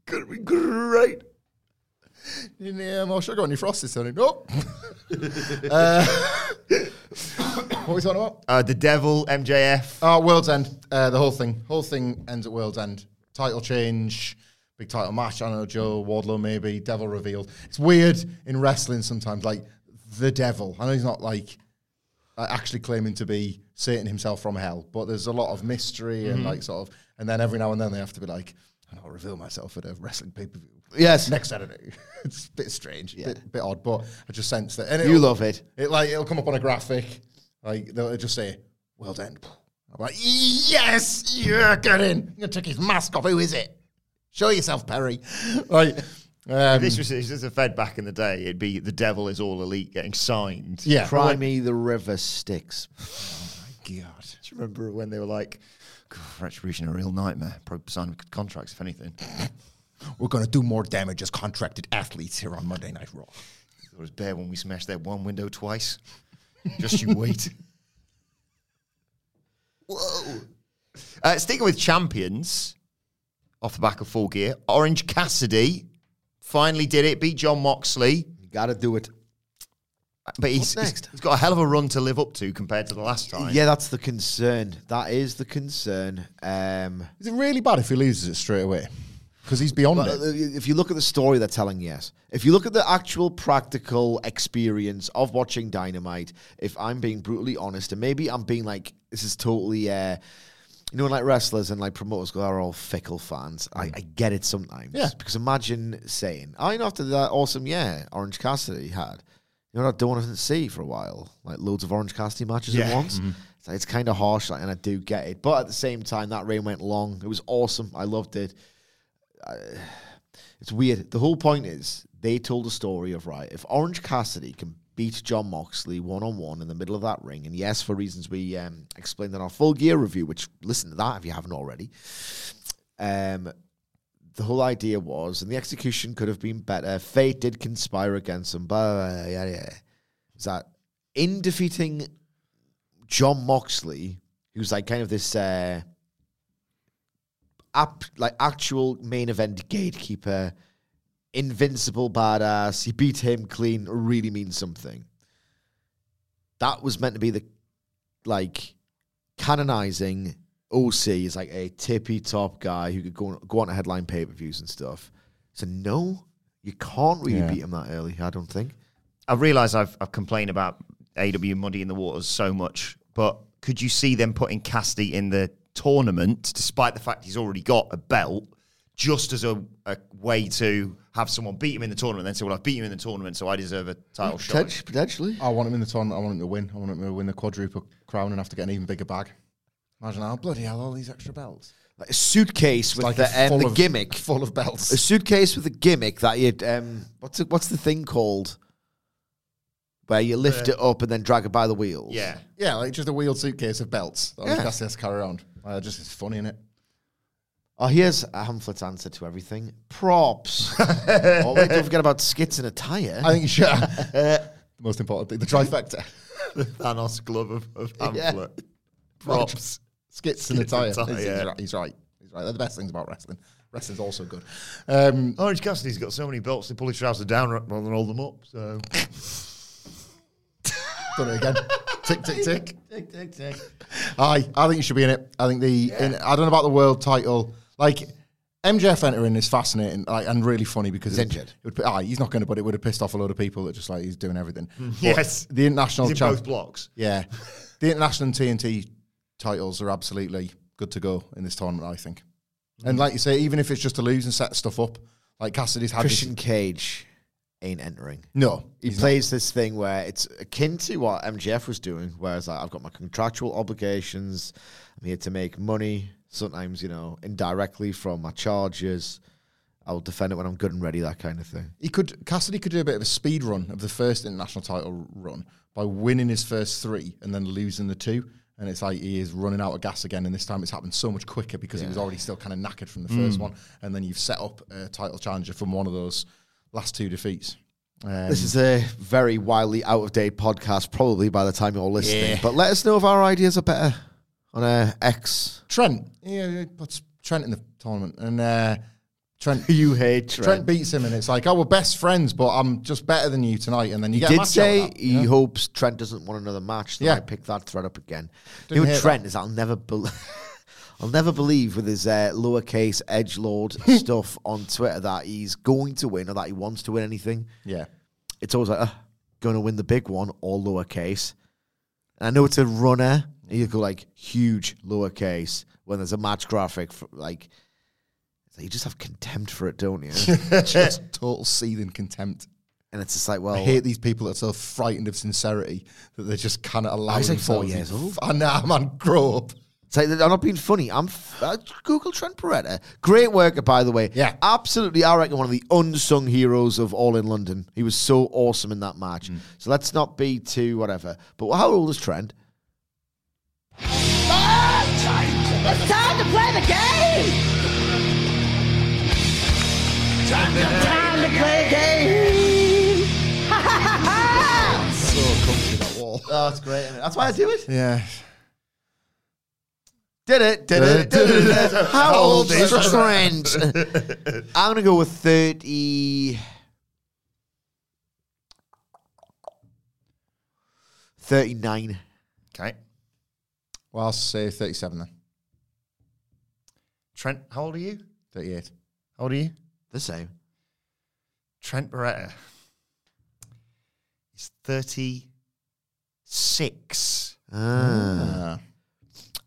Speaker 3: Gonna be great. Yeah, I'm sure I got any frosties on it. Nope. Uh, what are we talking about?
Speaker 1: Uh, the devil, MJF.
Speaker 3: Oh, World's End. Uh, the whole thing. Whole thing ends at World's End. Title change, big title match. I don't know, Joe Wardlow maybe, Devil revealed. It's weird in wrestling sometimes, like the Devil. I know he's not like uh, actually claiming to be Satan himself from hell, but there's a lot of mystery
Speaker 2: Mm-hmm.
Speaker 3: and like sort of, and then every now and then they have to be like, and I'll reveal myself at a wrestling pay per view.
Speaker 2: Yes.
Speaker 3: Next Saturday. it's a bit strange, a bit, bit odd, but I just sense that. And
Speaker 2: You
Speaker 3: it'll-
Speaker 2: love it.
Speaker 3: it like it'll come up on a graphic, like they'll just say, "Well done." I'm like, "Yes, you're good in." You took his mask off. Who is it? Show yourself, Perry. like, um,
Speaker 1: This was, this was a Fed back in the day. It'd be the devil is all elite getting signed.
Speaker 3: yeah.
Speaker 2: Cry me the river sticks.
Speaker 1: God. Do you remember when they were like, "God, Retribution, a real nightmare. Probably sign contracts, if anything.
Speaker 3: We're gonna do more damage as contracted athletes here on Monday Night Raw.
Speaker 1: It was bare when we smashed that one window twice. Just you wait. Whoa. Uh, sticking with champions, off the back of full gear, Orange Cassidy finally did it, beat John Moxley.
Speaker 2: You gotta do it.
Speaker 1: But he's,
Speaker 2: What's
Speaker 1: he's-
Speaker 2: next?
Speaker 1: he's got a hell of a run to live up to compared to the last time.
Speaker 2: Yeah, that's the concern. That is the concern. Um,
Speaker 3: Is it really bad if he loses it straight away? Because he's beyond
Speaker 2: But
Speaker 3: it.
Speaker 2: uh, if you look at the story they're telling, yes. If you look at the actual practical experience of watching Dynamite, if I'm being brutally honest, and maybe I'm being like, this is totally, uh, you know, like wrestlers and like promoters go, are all fickle fans. I, I get it sometimes.
Speaker 3: Yeah.
Speaker 2: Because imagine saying, I know after that awesome year Orange Cassidy had, you know what I don't want to see for a while? Like loads of Orange Cassidy matches at once. So it's kind of harsh, like, and I do get it. But at the same time, that reign went long. It was awesome. I loved it it's weird. The whole point is they told a story of right, if Orange Cassidy can beat John Moxley one on one in the middle of that ring, and yes, for reasons we um, explained in our full gear review, which listen to that if you haven't already. Um, the whole idea was, and the execution could have been better. Fate did conspire against him, blah, blah, blah, yeah, yeah. Is that in defeating John Moxley, who's like kind of this uh, up like actual main event gatekeeper, invincible badass. You beat him clean, really means something. That was meant to be the like canonizing OC is like a tippy top guy who could go on, go on to headline pay per views and stuff. So no, you can't really
Speaker 3: Yeah.
Speaker 2: beat him that early. I don't think.
Speaker 1: I realise I've, I've complained about AW Muddy in the Waters so much, but could you see them putting Cassidy in the tournament, despite the fact he's already got a belt, just as a, a way to have someone beat him in the tournament, then say, well, I've beat him in the tournament, so I deserve a title shot.
Speaker 2: Potent- potentially.
Speaker 3: I want him in the tournament. I want him to win. I want him to win the quadruple crown and have to get an even bigger bag. Imagine how bloody hell all these extra belts.
Speaker 2: Like a suitcase with
Speaker 3: like
Speaker 2: the
Speaker 3: a
Speaker 2: um,
Speaker 3: full
Speaker 2: the
Speaker 3: of-
Speaker 2: gimmick,
Speaker 3: full of belts.
Speaker 2: A suitcase with a gimmick that you um what's it, what's the thing called? Where you lift
Speaker 3: Uh,
Speaker 2: it up and then drag it by the wheels.
Speaker 1: Yeah.
Speaker 3: Yeah, like just a wheeled suitcase of belts that
Speaker 2: Yeah.
Speaker 3: yeah. Cassidy has to carry around. Uh, just it's funny, innit?
Speaker 2: Oh, here's Hamlet's answer to everything. Props. oh, wait, don't forget about skits and attire.
Speaker 3: I think you should. the most important thing, the trifecta.
Speaker 1: the Thanos glove of, of
Speaker 3: Yeah.
Speaker 1: pamphlet. Props.
Speaker 3: Skits and
Speaker 1: Skits
Speaker 3: attire.
Speaker 1: and
Speaker 3: He's, he's
Speaker 1: attire.
Speaker 3: right. He's right. He's right. They're the best things about wrestling. Wrestling's also good. Um,
Speaker 1: Orange Cassidy's got so many belts, they pull his trousers down ra- rather than roll them up. So
Speaker 3: done it again. tick, tick, tick.
Speaker 1: tick, tick, tick.
Speaker 3: Aye, I think you should be in it. I think the in, I don't know about the world title. Like MJF entering is fascinating like, and really funny because
Speaker 2: He's
Speaker 3: it would-
Speaker 2: injured.
Speaker 3: It would, pi- aye, he's not going to, but it would have pissed off a load of people that just like he's doing everything. But
Speaker 1: Mm-hmm. yes.
Speaker 3: the international
Speaker 1: He's in
Speaker 3: champ-
Speaker 1: both blocks.
Speaker 3: Yeah, the international and TNT titles are absolutely good to go in this tournament. I think,
Speaker 1: Mm.
Speaker 3: and like you say, even if it's just to lose and set stuff up, like Cassidy's had
Speaker 2: Christian
Speaker 3: This,
Speaker 2: Cage ain't entering.
Speaker 3: no,
Speaker 2: He
Speaker 3: he's not.
Speaker 2: plays this thing where it's akin to what MJF was doing, whereas like, I've got my contractual obligations. I'm here to make money. Sometimes, you know, indirectly from my charges. I will defend it when I'm good and ready, that kind of thing.
Speaker 3: He could Cassidy could do a bit of a speed run of the first international title run by winning his first three and then losing the two. And it's like he is running out of gas again, and this time it's happened so much quicker because he was already still kind of knackered from the
Speaker 2: Mm.
Speaker 3: first one. And then you've set up a title challenger from one of those last two defeats. Um,
Speaker 2: This is a very wildly out of date podcast, probably by the time you're listening.
Speaker 3: Yeah.
Speaker 2: But let us know if our ideas are better on uh, X.
Speaker 3: Trent. Yeah, yeah, puts Trent in the tournament, and uh, Trent
Speaker 2: You hate
Speaker 3: Trent. beats him, and it's like, oh, we're best friends, but I'm just better than you tonight. And then you
Speaker 2: He
Speaker 3: get a
Speaker 2: did
Speaker 3: match
Speaker 2: say
Speaker 3: out of that,
Speaker 2: he
Speaker 3: you know?
Speaker 2: hopes Trent doesn't want another match. Then
Speaker 3: Yeah.
Speaker 2: I picked that thread up again.
Speaker 3: Didn't
Speaker 2: you know,
Speaker 3: hear
Speaker 2: what Trent is I'll never believe. I'll never believe with his uh, lowercase edge lord stuff on Twitter that he's going to win or that he wants to win anything.
Speaker 3: yeah.
Speaker 2: It's always like, uh, going to win the big one or lowercase. And I know it's a runner. and You go like huge lowercase when there's a match graphic. For, like, it's like, you just have contempt for it, don't you?
Speaker 3: just total seething contempt.
Speaker 2: and it's just like, well,
Speaker 3: I hate these people that are so frightened of sincerity that they just cannot allow.
Speaker 2: I was like four
Speaker 3: themselves
Speaker 2: years
Speaker 3: to-
Speaker 2: old.
Speaker 3: I know, man, grow up.
Speaker 2: It's like, I'm not being funny. I'm f- uh, Google Trent Beretta. Great worker, by the way.
Speaker 3: Yeah.
Speaker 2: Absolutely, I reckon one of the unsung heroes of All in London. He was so awesome in that match. So let's not be too whatever. But how old is Trent?
Speaker 4: It's time to play the game! Time to play the game! Ha ha ha ha!
Speaker 3: So comfy that wall.
Speaker 2: Oh, that's great. That's why I do it.
Speaker 3: Yeah.
Speaker 2: Did it. Did it. Did it. Did it. How old is Trent? I'm going to go with 30. 39.
Speaker 1: Okay.
Speaker 3: Well, I'll say thirty-seven then.
Speaker 1: Trent, how old are you?
Speaker 3: Thirty-eight.
Speaker 1: How old are you?
Speaker 2: The same.
Speaker 1: Trent Beretta is 36.
Speaker 2: Ah.
Speaker 3: Uh,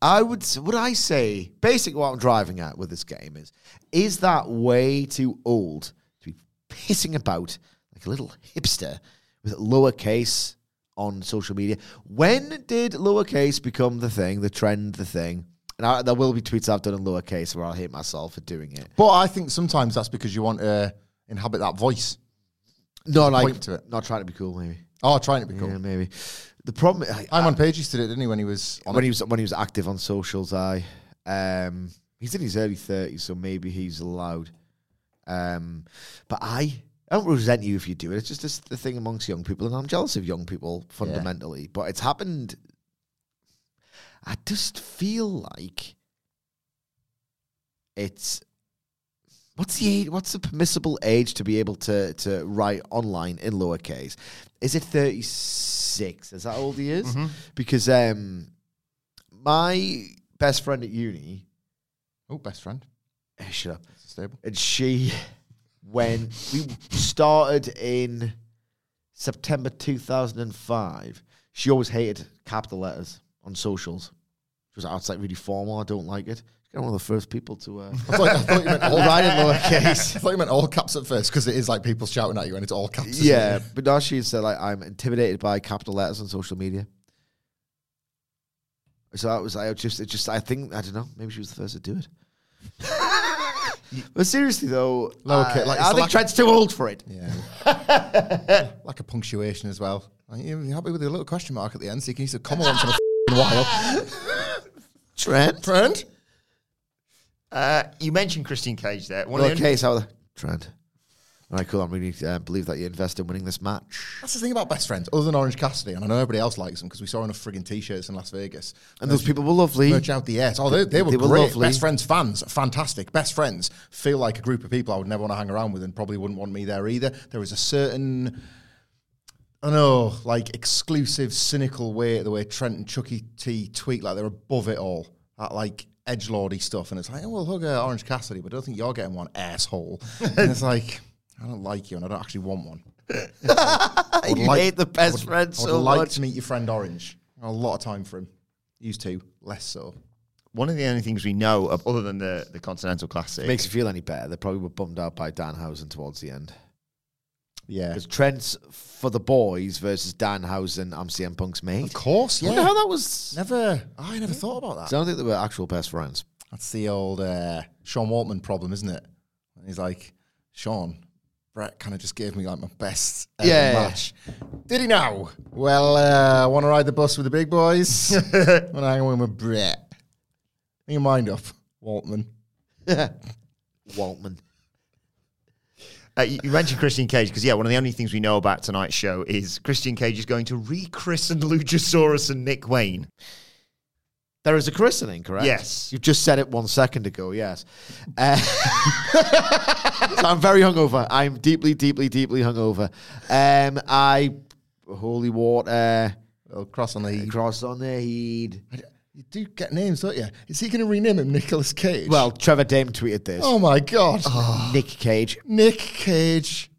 Speaker 2: I would s- would I say basically what I'm driving at with this game is is that way too old to be pissing about like a little hipster with lowercase on social media? When did lowercase become the thing, the trend, the thing? And I, there will be tweets I've done in lowercase where I'll hate myself for doing it.
Speaker 3: but I think sometimes that's because you want to inhabit that voice.
Speaker 2: No, like
Speaker 3: point to it.
Speaker 2: not trying to be cool, maybe.
Speaker 3: Oh, trying to be cool.
Speaker 2: Yeah, maybe. The problem I,
Speaker 3: I'm on Page used to do it, didn't he? When he was on
Speaker 2: when he was when he was active on socials, I um, he's in his early thirties, so maybe he's allowed. Um, but I, I don't resent you if you do it. It's just this, the thing amongst young people, and I'm jealous of young people fundamentally. But it's happened. I just feel like it's what's the age, what's the permissible age to be able to to write online in lowercase? Is it thirty six? Is that all he is? Because um, my best friend at uni,
Speaker 3: oh, best friend.
Speaker 2: eh, shut up,
Speaker 3: Stable.
Speaker 2: and she when we started in September two thousand and five, she always hated capital letters on socials. She was like, "Oh, it's like really formal. I don't like it." She's kind of one of the first people to uh,
Speaker 3: I thought, I thought you meant all
Speaker 2: all right in
Speaker 3: I
Speaker 2: lowercase.
Speaker 3: thought you meant all caps at first because it is like people shouting at you and it's all caps. isn't
Speaker 2: Yeah,
Speaker 3: it?
Speaker 2: but now she said like I'm intimidated by capital letters on social media. So that was I just it just I think I don't know maybe she was the first to do it. but seriously though,
Speaker 1: Uh,
Speaker 3: Lowercase,
Speaker 2: I,
Speaker 3: like,
Speaker 2: like
Speaker 3: it's
Speaker 2: I think
Speaker 3: like-
Speaker 2: Trent's too old for it.
Speaker 3: Yeah. like a punctuation as well. Are you you happy with the little question mark at the end so you can use a comma once in a f***ing while?
Speaker 2: Trent,
Speaker 3: Trent?
Speaker 1: Uh, you mentioned Christine Cage there. One
Speaker 2: Well,
Speaker 1: of the
Speaker 2: okay, so Trent. All right, cool. I'm really uh, believe that you invest in winning this match.
Speaker 3: That's the thing about best friends, other than Orange Cassidy, and I know everybody else likes them because we saw enough frigging t-shirts in Las Vegas.
Speaker 2: And those people were lovely.
Speaker 3: Merch out the ass. Oh, they, they were
Speaker 2: They were
Speaker 3: great.
Speaker 2: lovely.
Speaker 3: Best friends fans, fantastic. Best friends feel like a group of people I would never want to hang around with, and probably wouldn't want me there either. There is a certain, I don't know, like exclusive, cynical way the way Trent and Chucky T tweet like they're above it all. That like edge lordy stuff, and it's like, oh, well, hug uh, Orange Cassidy, but I don't think you're getting one asshole. and it's like, I don't like you, and I don't actually want one. I would
Speaker 1: You hate the best friend
Speaker 3: I would
Speaker 1: so
Speaker 3: like
Speaker 1: much.
Speaker 3: to meet your friend Orange. I had a lot of time for him. Used to, less so.
Speaker 1: one of the only things we know of, other than the, the Continental Classic,
Speaker 2: Makes you feel any better? They probably were bummed out by Danhausen towards the end
Speaker 3: Yeah.
Speaker 2: because Trent's for the boys versus Danhausen. I'm CM Punk's mate.
Speaker 3: Of course,
Speaker 2: I
Speaker 3: yeah.
Speaker 2: wonder how that was.
Speaker 3: Never, I never thought about that.
Speaker 2: So I don't think they were actual best friends.
Speaker 3: That's the old uh, Sean Waltman problem, isn't it? And he's like, Sean, Brett kind of just gave me like my best ever
Speaker 2: Yeah.
Speaker 3: match. Did he now? Well, uh, want to ride the bus with the big boys? Want to hang with Brett? Make your mind up, Waltman.
Speaker 2: Waltman.
Speaker 1: Uh, you you mentioned Christian Cage because yeah, one of the only things we know about tonight's show is Christian Cage is going to rechristen Luchasaurus and Nick Wayne.
Speaker 2: There is a christening, correct?
Speaker 1: Yes.
Speaker 2: You've just said it one second ago, yes. Uh, so I'm very hungover. I'm deeply, deeply, deeply hungover. Um, I, holy water,
Speaker 3: Little cross on the.
Speaker 2: cross on the heed.
Speaker 3: You do get names, don't you? Is he going to rename him Nicholas Cage?
Speaker 2: Well, Trevor Dame tweeted this.
Speaker 3: oh my god,
Speaker 1: uh,
Speaker 2: Nick Cage.
Speaker 3: Nick Cage.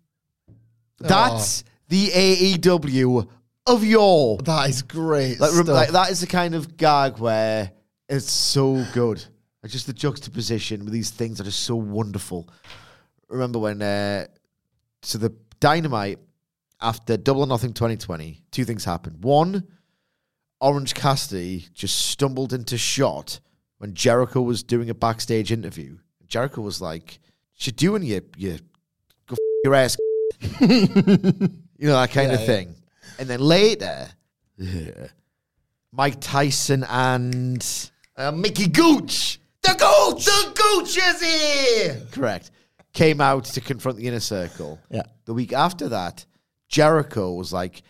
Speaker 2: That's the AEW of yore.
Speaker 3: That is great.
Speaker 2: Like, rem-
Speaker 3: stuff.
Speaker 2: like that is the kind of gag where it's so good. Like, just the juxtaposition with these things are just so wonderful. Remember when uh, so the dynamite after Double or Nothing 2020, two things happened. One, Orange Cassidy just stumbled into shot when Jericho was doing a backstage interview. Jericho was like, "What you doing your your go f- your ass?" you know that kind of thing. And then later, Mike Tyson and
Speaker 1: Uh, Mickey Gooch, the Gooch, the Gooch is here.
Speaker 2: correct came out to confront the inner circle.
Speaker 3: Yeah.
Speaker 2: The week after that, Jericho was like,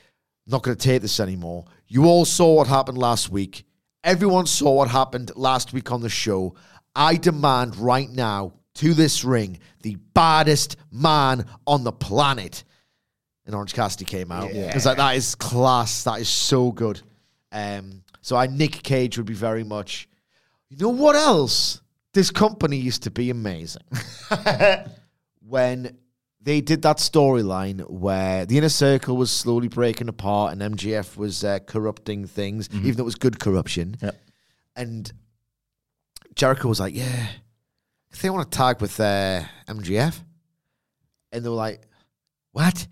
Speaker 2: "Not going to take this anymore. You all saw what happened last week. Everyone saw what happened last week on the show. I demand right now to this ring the baddest man on the planet." And Orange Cassidy came out. Yeah. It's like that is class. That is so good. Um, so I Nick Cage would be very much. You know what else? This company used to be amazing. when they did that storyline where the inner circle was slowly breaking apart and MGF was uh, corrupting things, even though it was good corruption. And Jericho was like, "Yeah, if they want to tag with uh, MGF," and they were like, "What?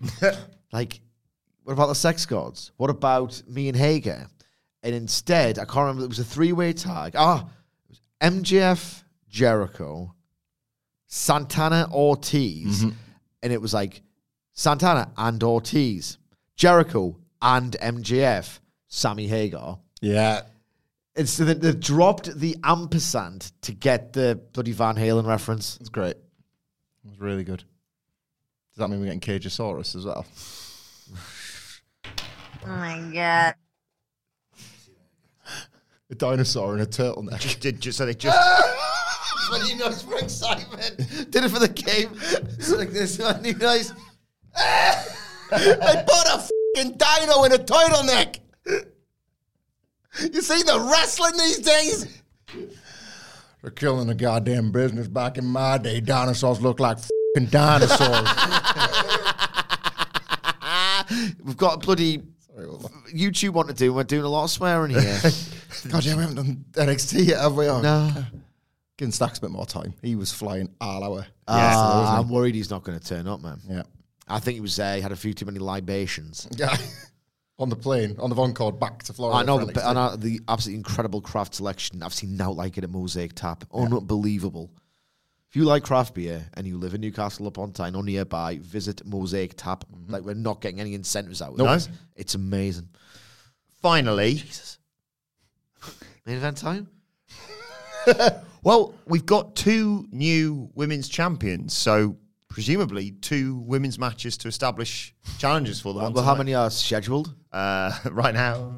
Speaker 2: like, what about the sex gods? What about me and Hager?" And instead, I can't remember. It was a three-way tag. Ah, it was MGF, Jericho, Santana Ortiz, and it was like Santana and Ortiz, Jericho and MGF, Sammy Hagar.
Speaker 3: yeah,
Speaker 2: And so they, they dropped the ampersand to get the bloody Van Halen reference.
Speaker 3: it's great. It was really good. Does that mean we're getting Cageosaurus as well?
Speaker 7: Oh my god.
Speaker 3: A dinosaur and a turtleneck.
Speaker 1: Did, just, so they just. when you know it's for excitement. Did it for the game. It's like this one. You guys.
Speaker 3: I put a fucking dino in a turtleneck. You see the wrestling these days? They're killing the goddamn business. Back in my day, dinosaurs looked like fucking dinosaurs.
Speaker 2: We've got a bloody YouTube want to do. We're doing a lot of swearing here.
Speaker 3: God, yeah, we haven't done NXT yet, have we? Oh,
Speaker 2: no,
Speaker 3: Giving Stacks a bit more time. He was flying all hour.
Speaker 2: Ah, I'm worried he's not going to turn up, man.
Speaker 3: Yeah.
Speaker 2: I think he was there. he had a few too many libations.
Speaker 3: Yeah. on the plane, on the Concorde, back to Florida.
Speaker 2: I know,
Speaker 3: for
Speaker 2: the,
Speaker 3: NXT.
Speaker 2: I know the absolutely incredible craft selection. I've seen now like it at Mosaic Tap. Unbelievable. If you like craft beer and you live in Newcastle upon Tyne or nearby, visit Mosaic Tap. Like we're not getting any incentives out of
Speaker 1: Nope.
Speaker 2: this. It's amazing.
Speaker 1: Finally,
Speaker 2: Main event time.
Speaker 1: Well, we've got two new women's champions, so presumably two women's matches to establish challenges for them.
Speaker 2: Well, how many are scheduled?
Speaker 1: Uh, right now,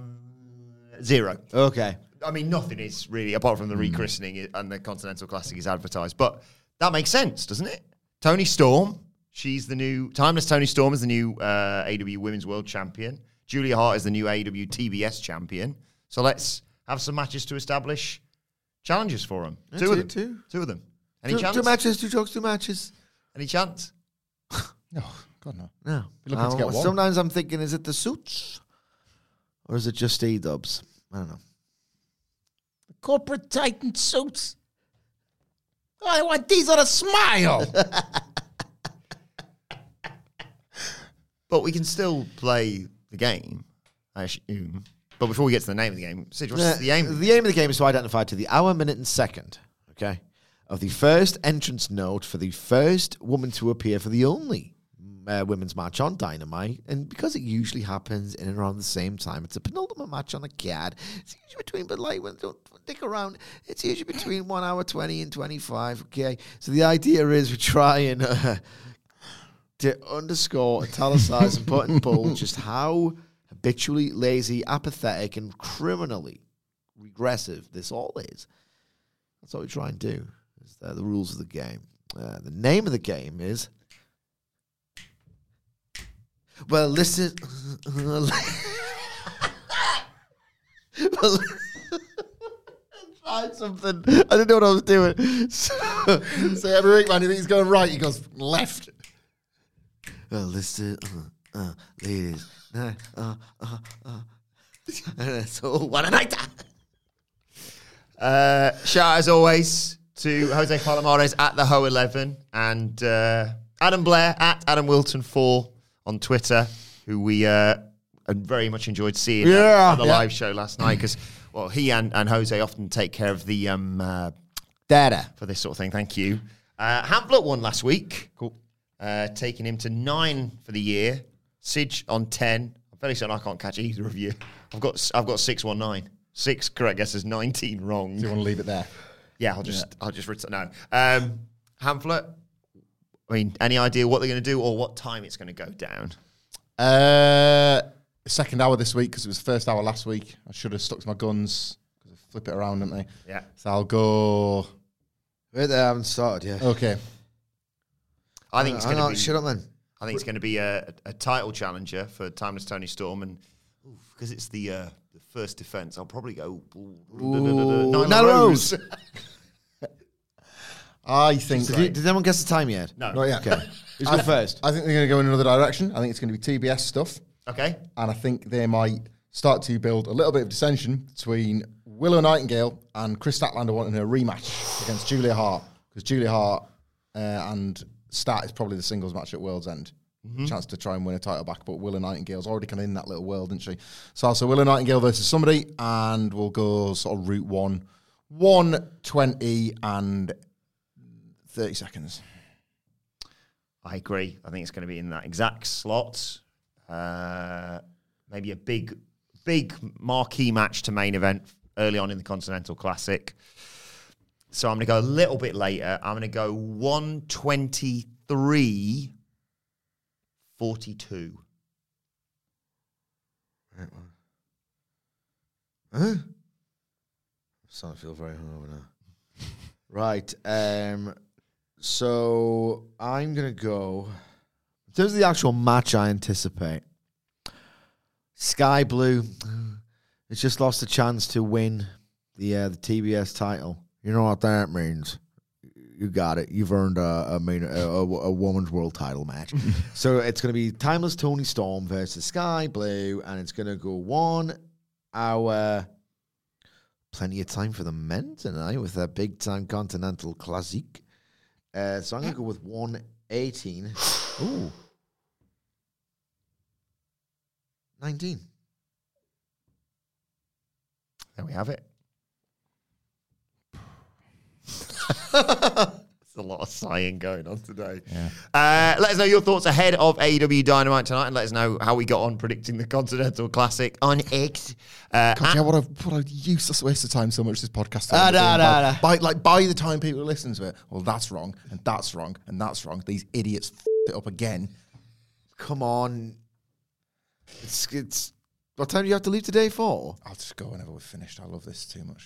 Speaker 1: zero.
Speaker 2: Okay.
Speaker 1: I mean, nothing is really apart
Speaker 2: Hmm.
Speaker 1: from the rechristening i- and the Continental Classic is advertised, but that makes sense, doesn't it? Tony Storm, she's the new timeless. Tony Storm is the new uh, AW Women's World Champion. Julia Hart is the new AW TBS Champion. So let's have some matches to establish challenges for them.
Speaker 2: Yeah,
Speaker 1: two, of
Speaker 2: two-
Speaker 1: them.
Speaker 2: two.
Speaker 1: Two of them. Any
Speaker 2: two,
Speaker 1: chance?
Speaker 2: two matches, two jokes, two matches.
Speaker 1: Any chance?
Speaker 3: No, God no.
Speaker 2: No.
Speaker 3: Be looking to
Speaker 2: Um,
Speaker 3: get one.
Speaker 2: Sometimes I'm thinking, is it the suits? Or is it just E dubs? I don't know.
Speaker 3: Corporate Titan suits. I want these on a smile.
Speaker 1: But we can still play the game, I assume. But before we get to the name of the game, Sid, what's
Speaker 2: Uh,
Speaker 1: the aim?
Speaker 2: The aim of the game is to identify to the hour, minute, and second, okay, of the first entrance note for the first woman to appear for the only uh, women's match on Dynamite. And because it usually happens in and around the same time, it's a penultimate match on a card. It's usually between, but like, when don't dick around, it's usually between 1 hour 20 and 25, okay? So the idea is we try and. Uh, to underscore, italicize, and put in bold just how habitually lazy, apathetic, and criminally regressive this all is. That's what we try and do. Is the, the rules of the game. Uh, the name of the game is. Well, listen. well, I tried something. I didn't know what I was doing. So,
Speaker 3: so every week, man, he thinks he's
Speaker 2: Uh,
Speaker 3: going right, he goes left.
Speaker 2: Well, listen, uh, uh, ladies. Uh, uh, uh, uh. And so, what a night!
Speaker 1: Uh, shout out, as always to Jose Palomares at the Ho Eleven and uh, Adam Blair at Adam Wilton Four on Twitter, who we uh, very much enjoyed seeing at-
Speaker 2: Yeah,
Speaker 1: at the
Speaker 2: yeah.
Speaker 1: live show last night because well, he and, and Jose often take care of the um, uh,
Speaker 2: Data.
Speaker 1: for this sort of thing. Thank you. Uh, Hamlet won last week. Cool. Uh, taking him to nine for the year. Sige on ten. I'm fairly certain I can't catch either of you. I've got s- I've got six one nine. Six correct guesses, nineteen wrong.
Speaker 3: Do you want to leave it there?
Speaker 1: Yeah, I'll just I'll just return. No, um, Hamlet. I mean, any idea what they're going to do or what time it's going to go down?
Speaker 3: Uh, second hour this week because it was first hour last week. I should have stuck to my guns because I flip it around, didn't I?
Speaker 1: Yeah.
Speaker 3: So I'll go.
Speaker 2: Wait there, I haven't started yet.
Speaker 3: Okay.
Speaker 1: I think it's
Speaker 2: Hang
Speaker 1: going to
Speaker 2: on,
Speaker 1: be.
Speaker 2: shut up, man.
Speaker 1: I think it's going to be a, a title challenger for Timeless Tony Storm, and because it's the uh, the first defense, I'll probably go ooh, Nyla
Speaker 2: Nyla
Speaker 1: Rose.
Speaker 3: I think.
Speaker 2: Did,
Speaker 3: right.
Speaker 2: you- did anyone guess the time yet?
Speaker 1: No.
Speaker 3: Not yet.
Speaker 2: Okay. Who's
Speaker 3: I
Speaker 2: going first?
Speaker 3: I think they're going to go in another direction. I think it's going to be TBS stuff,
Speaker 1: okay,
Speaker 3: and I think they might start to build a little bit of dissension between Willow Nightingale and Chris Statlander wanting her rematch against Julia Hart because Julia Hart uh, and Stat is probably the singles match at World's End. Chance to try and win a title back, but Willow Nightingale's already kind of in that little world, isn't she? So I'll say Willow Nightingale versus somebody, and we'll go sort of route one, one twenty and thirty seconds.
Speaker 1: I agree. I think it's going to be in that exact slot. Uh, maybe a big, big marquee match to main event early on in the Continental Classic. So I'm going to go a little bit later. I'm going to go 123 42.
Speaker 2: Huh? I'm starting to feel very hungover now. right. Um, so I'm going to go. In terms of the actual match, I anticipate Sky Blue has just lost a chance to win the uh, the TBS title. You know what that means? You got it. You've earned a, a, main, a, a, a woman's world title match. so it's going to be Timeless Tony Storm versus Sky Blue, and it's going to go one hour. Plenty of time for the men tonight with their big time Continental Classic. Uh, so I'm going to go with 118. Ooh. 19.
Speaker 1: There we have it. It's a lot lot of sighing going on today. Uh, let us know your thoughts ahead of AEW Dynamite tonight, and let us know how we got on predicting the Continental Classic on X. Uh,
Speaker 3: God, yeah, what a, what a useless waste of time so much this podcast.
Speaker 1: Ah,
Speaker 3: is.
Speaker 1: da, da,
Speaker 3: By- by, like, by the time people listen to it, well, that's wrong, and that's wrong, and that's wrong. These idiots f***ed it up again.
Speaker 2: Come on. It's, it's what time do you have to leave today for?
Speaker 3: I'll just go whenever we're finished. I love this too much.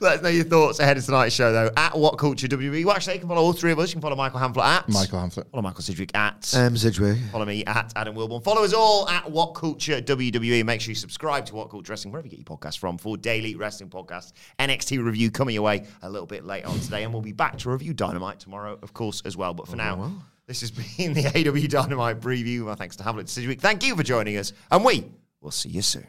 Speaker 1: Let us know your thoughts ahead of tonight's show, though, at What Culture WB. Well, actually, you can follow all three of us. You can follow Michael Hamlet at. Uh,
Speaker 3: Michael Hamlet.
Speaker 1: Follow Michael Sidgwick at.
Speaker 2: Um, Sidgwick.
Speaker 1: Follow me at Adam Wilborn. Follow us all at What Culture WWE. Make sure you subscribe to What Culture Wrestling, wherever you get your podcasts from, for daily wrestling podcasts. NXT review coming your way a little bit later on today. And we'll be back to review Dynamite tomorrow, of course, as well. But for now, this has been the AW Dynamite preview. My thanks to Hamlet Sidgwick. Thank you for joining us. And we will see you soon.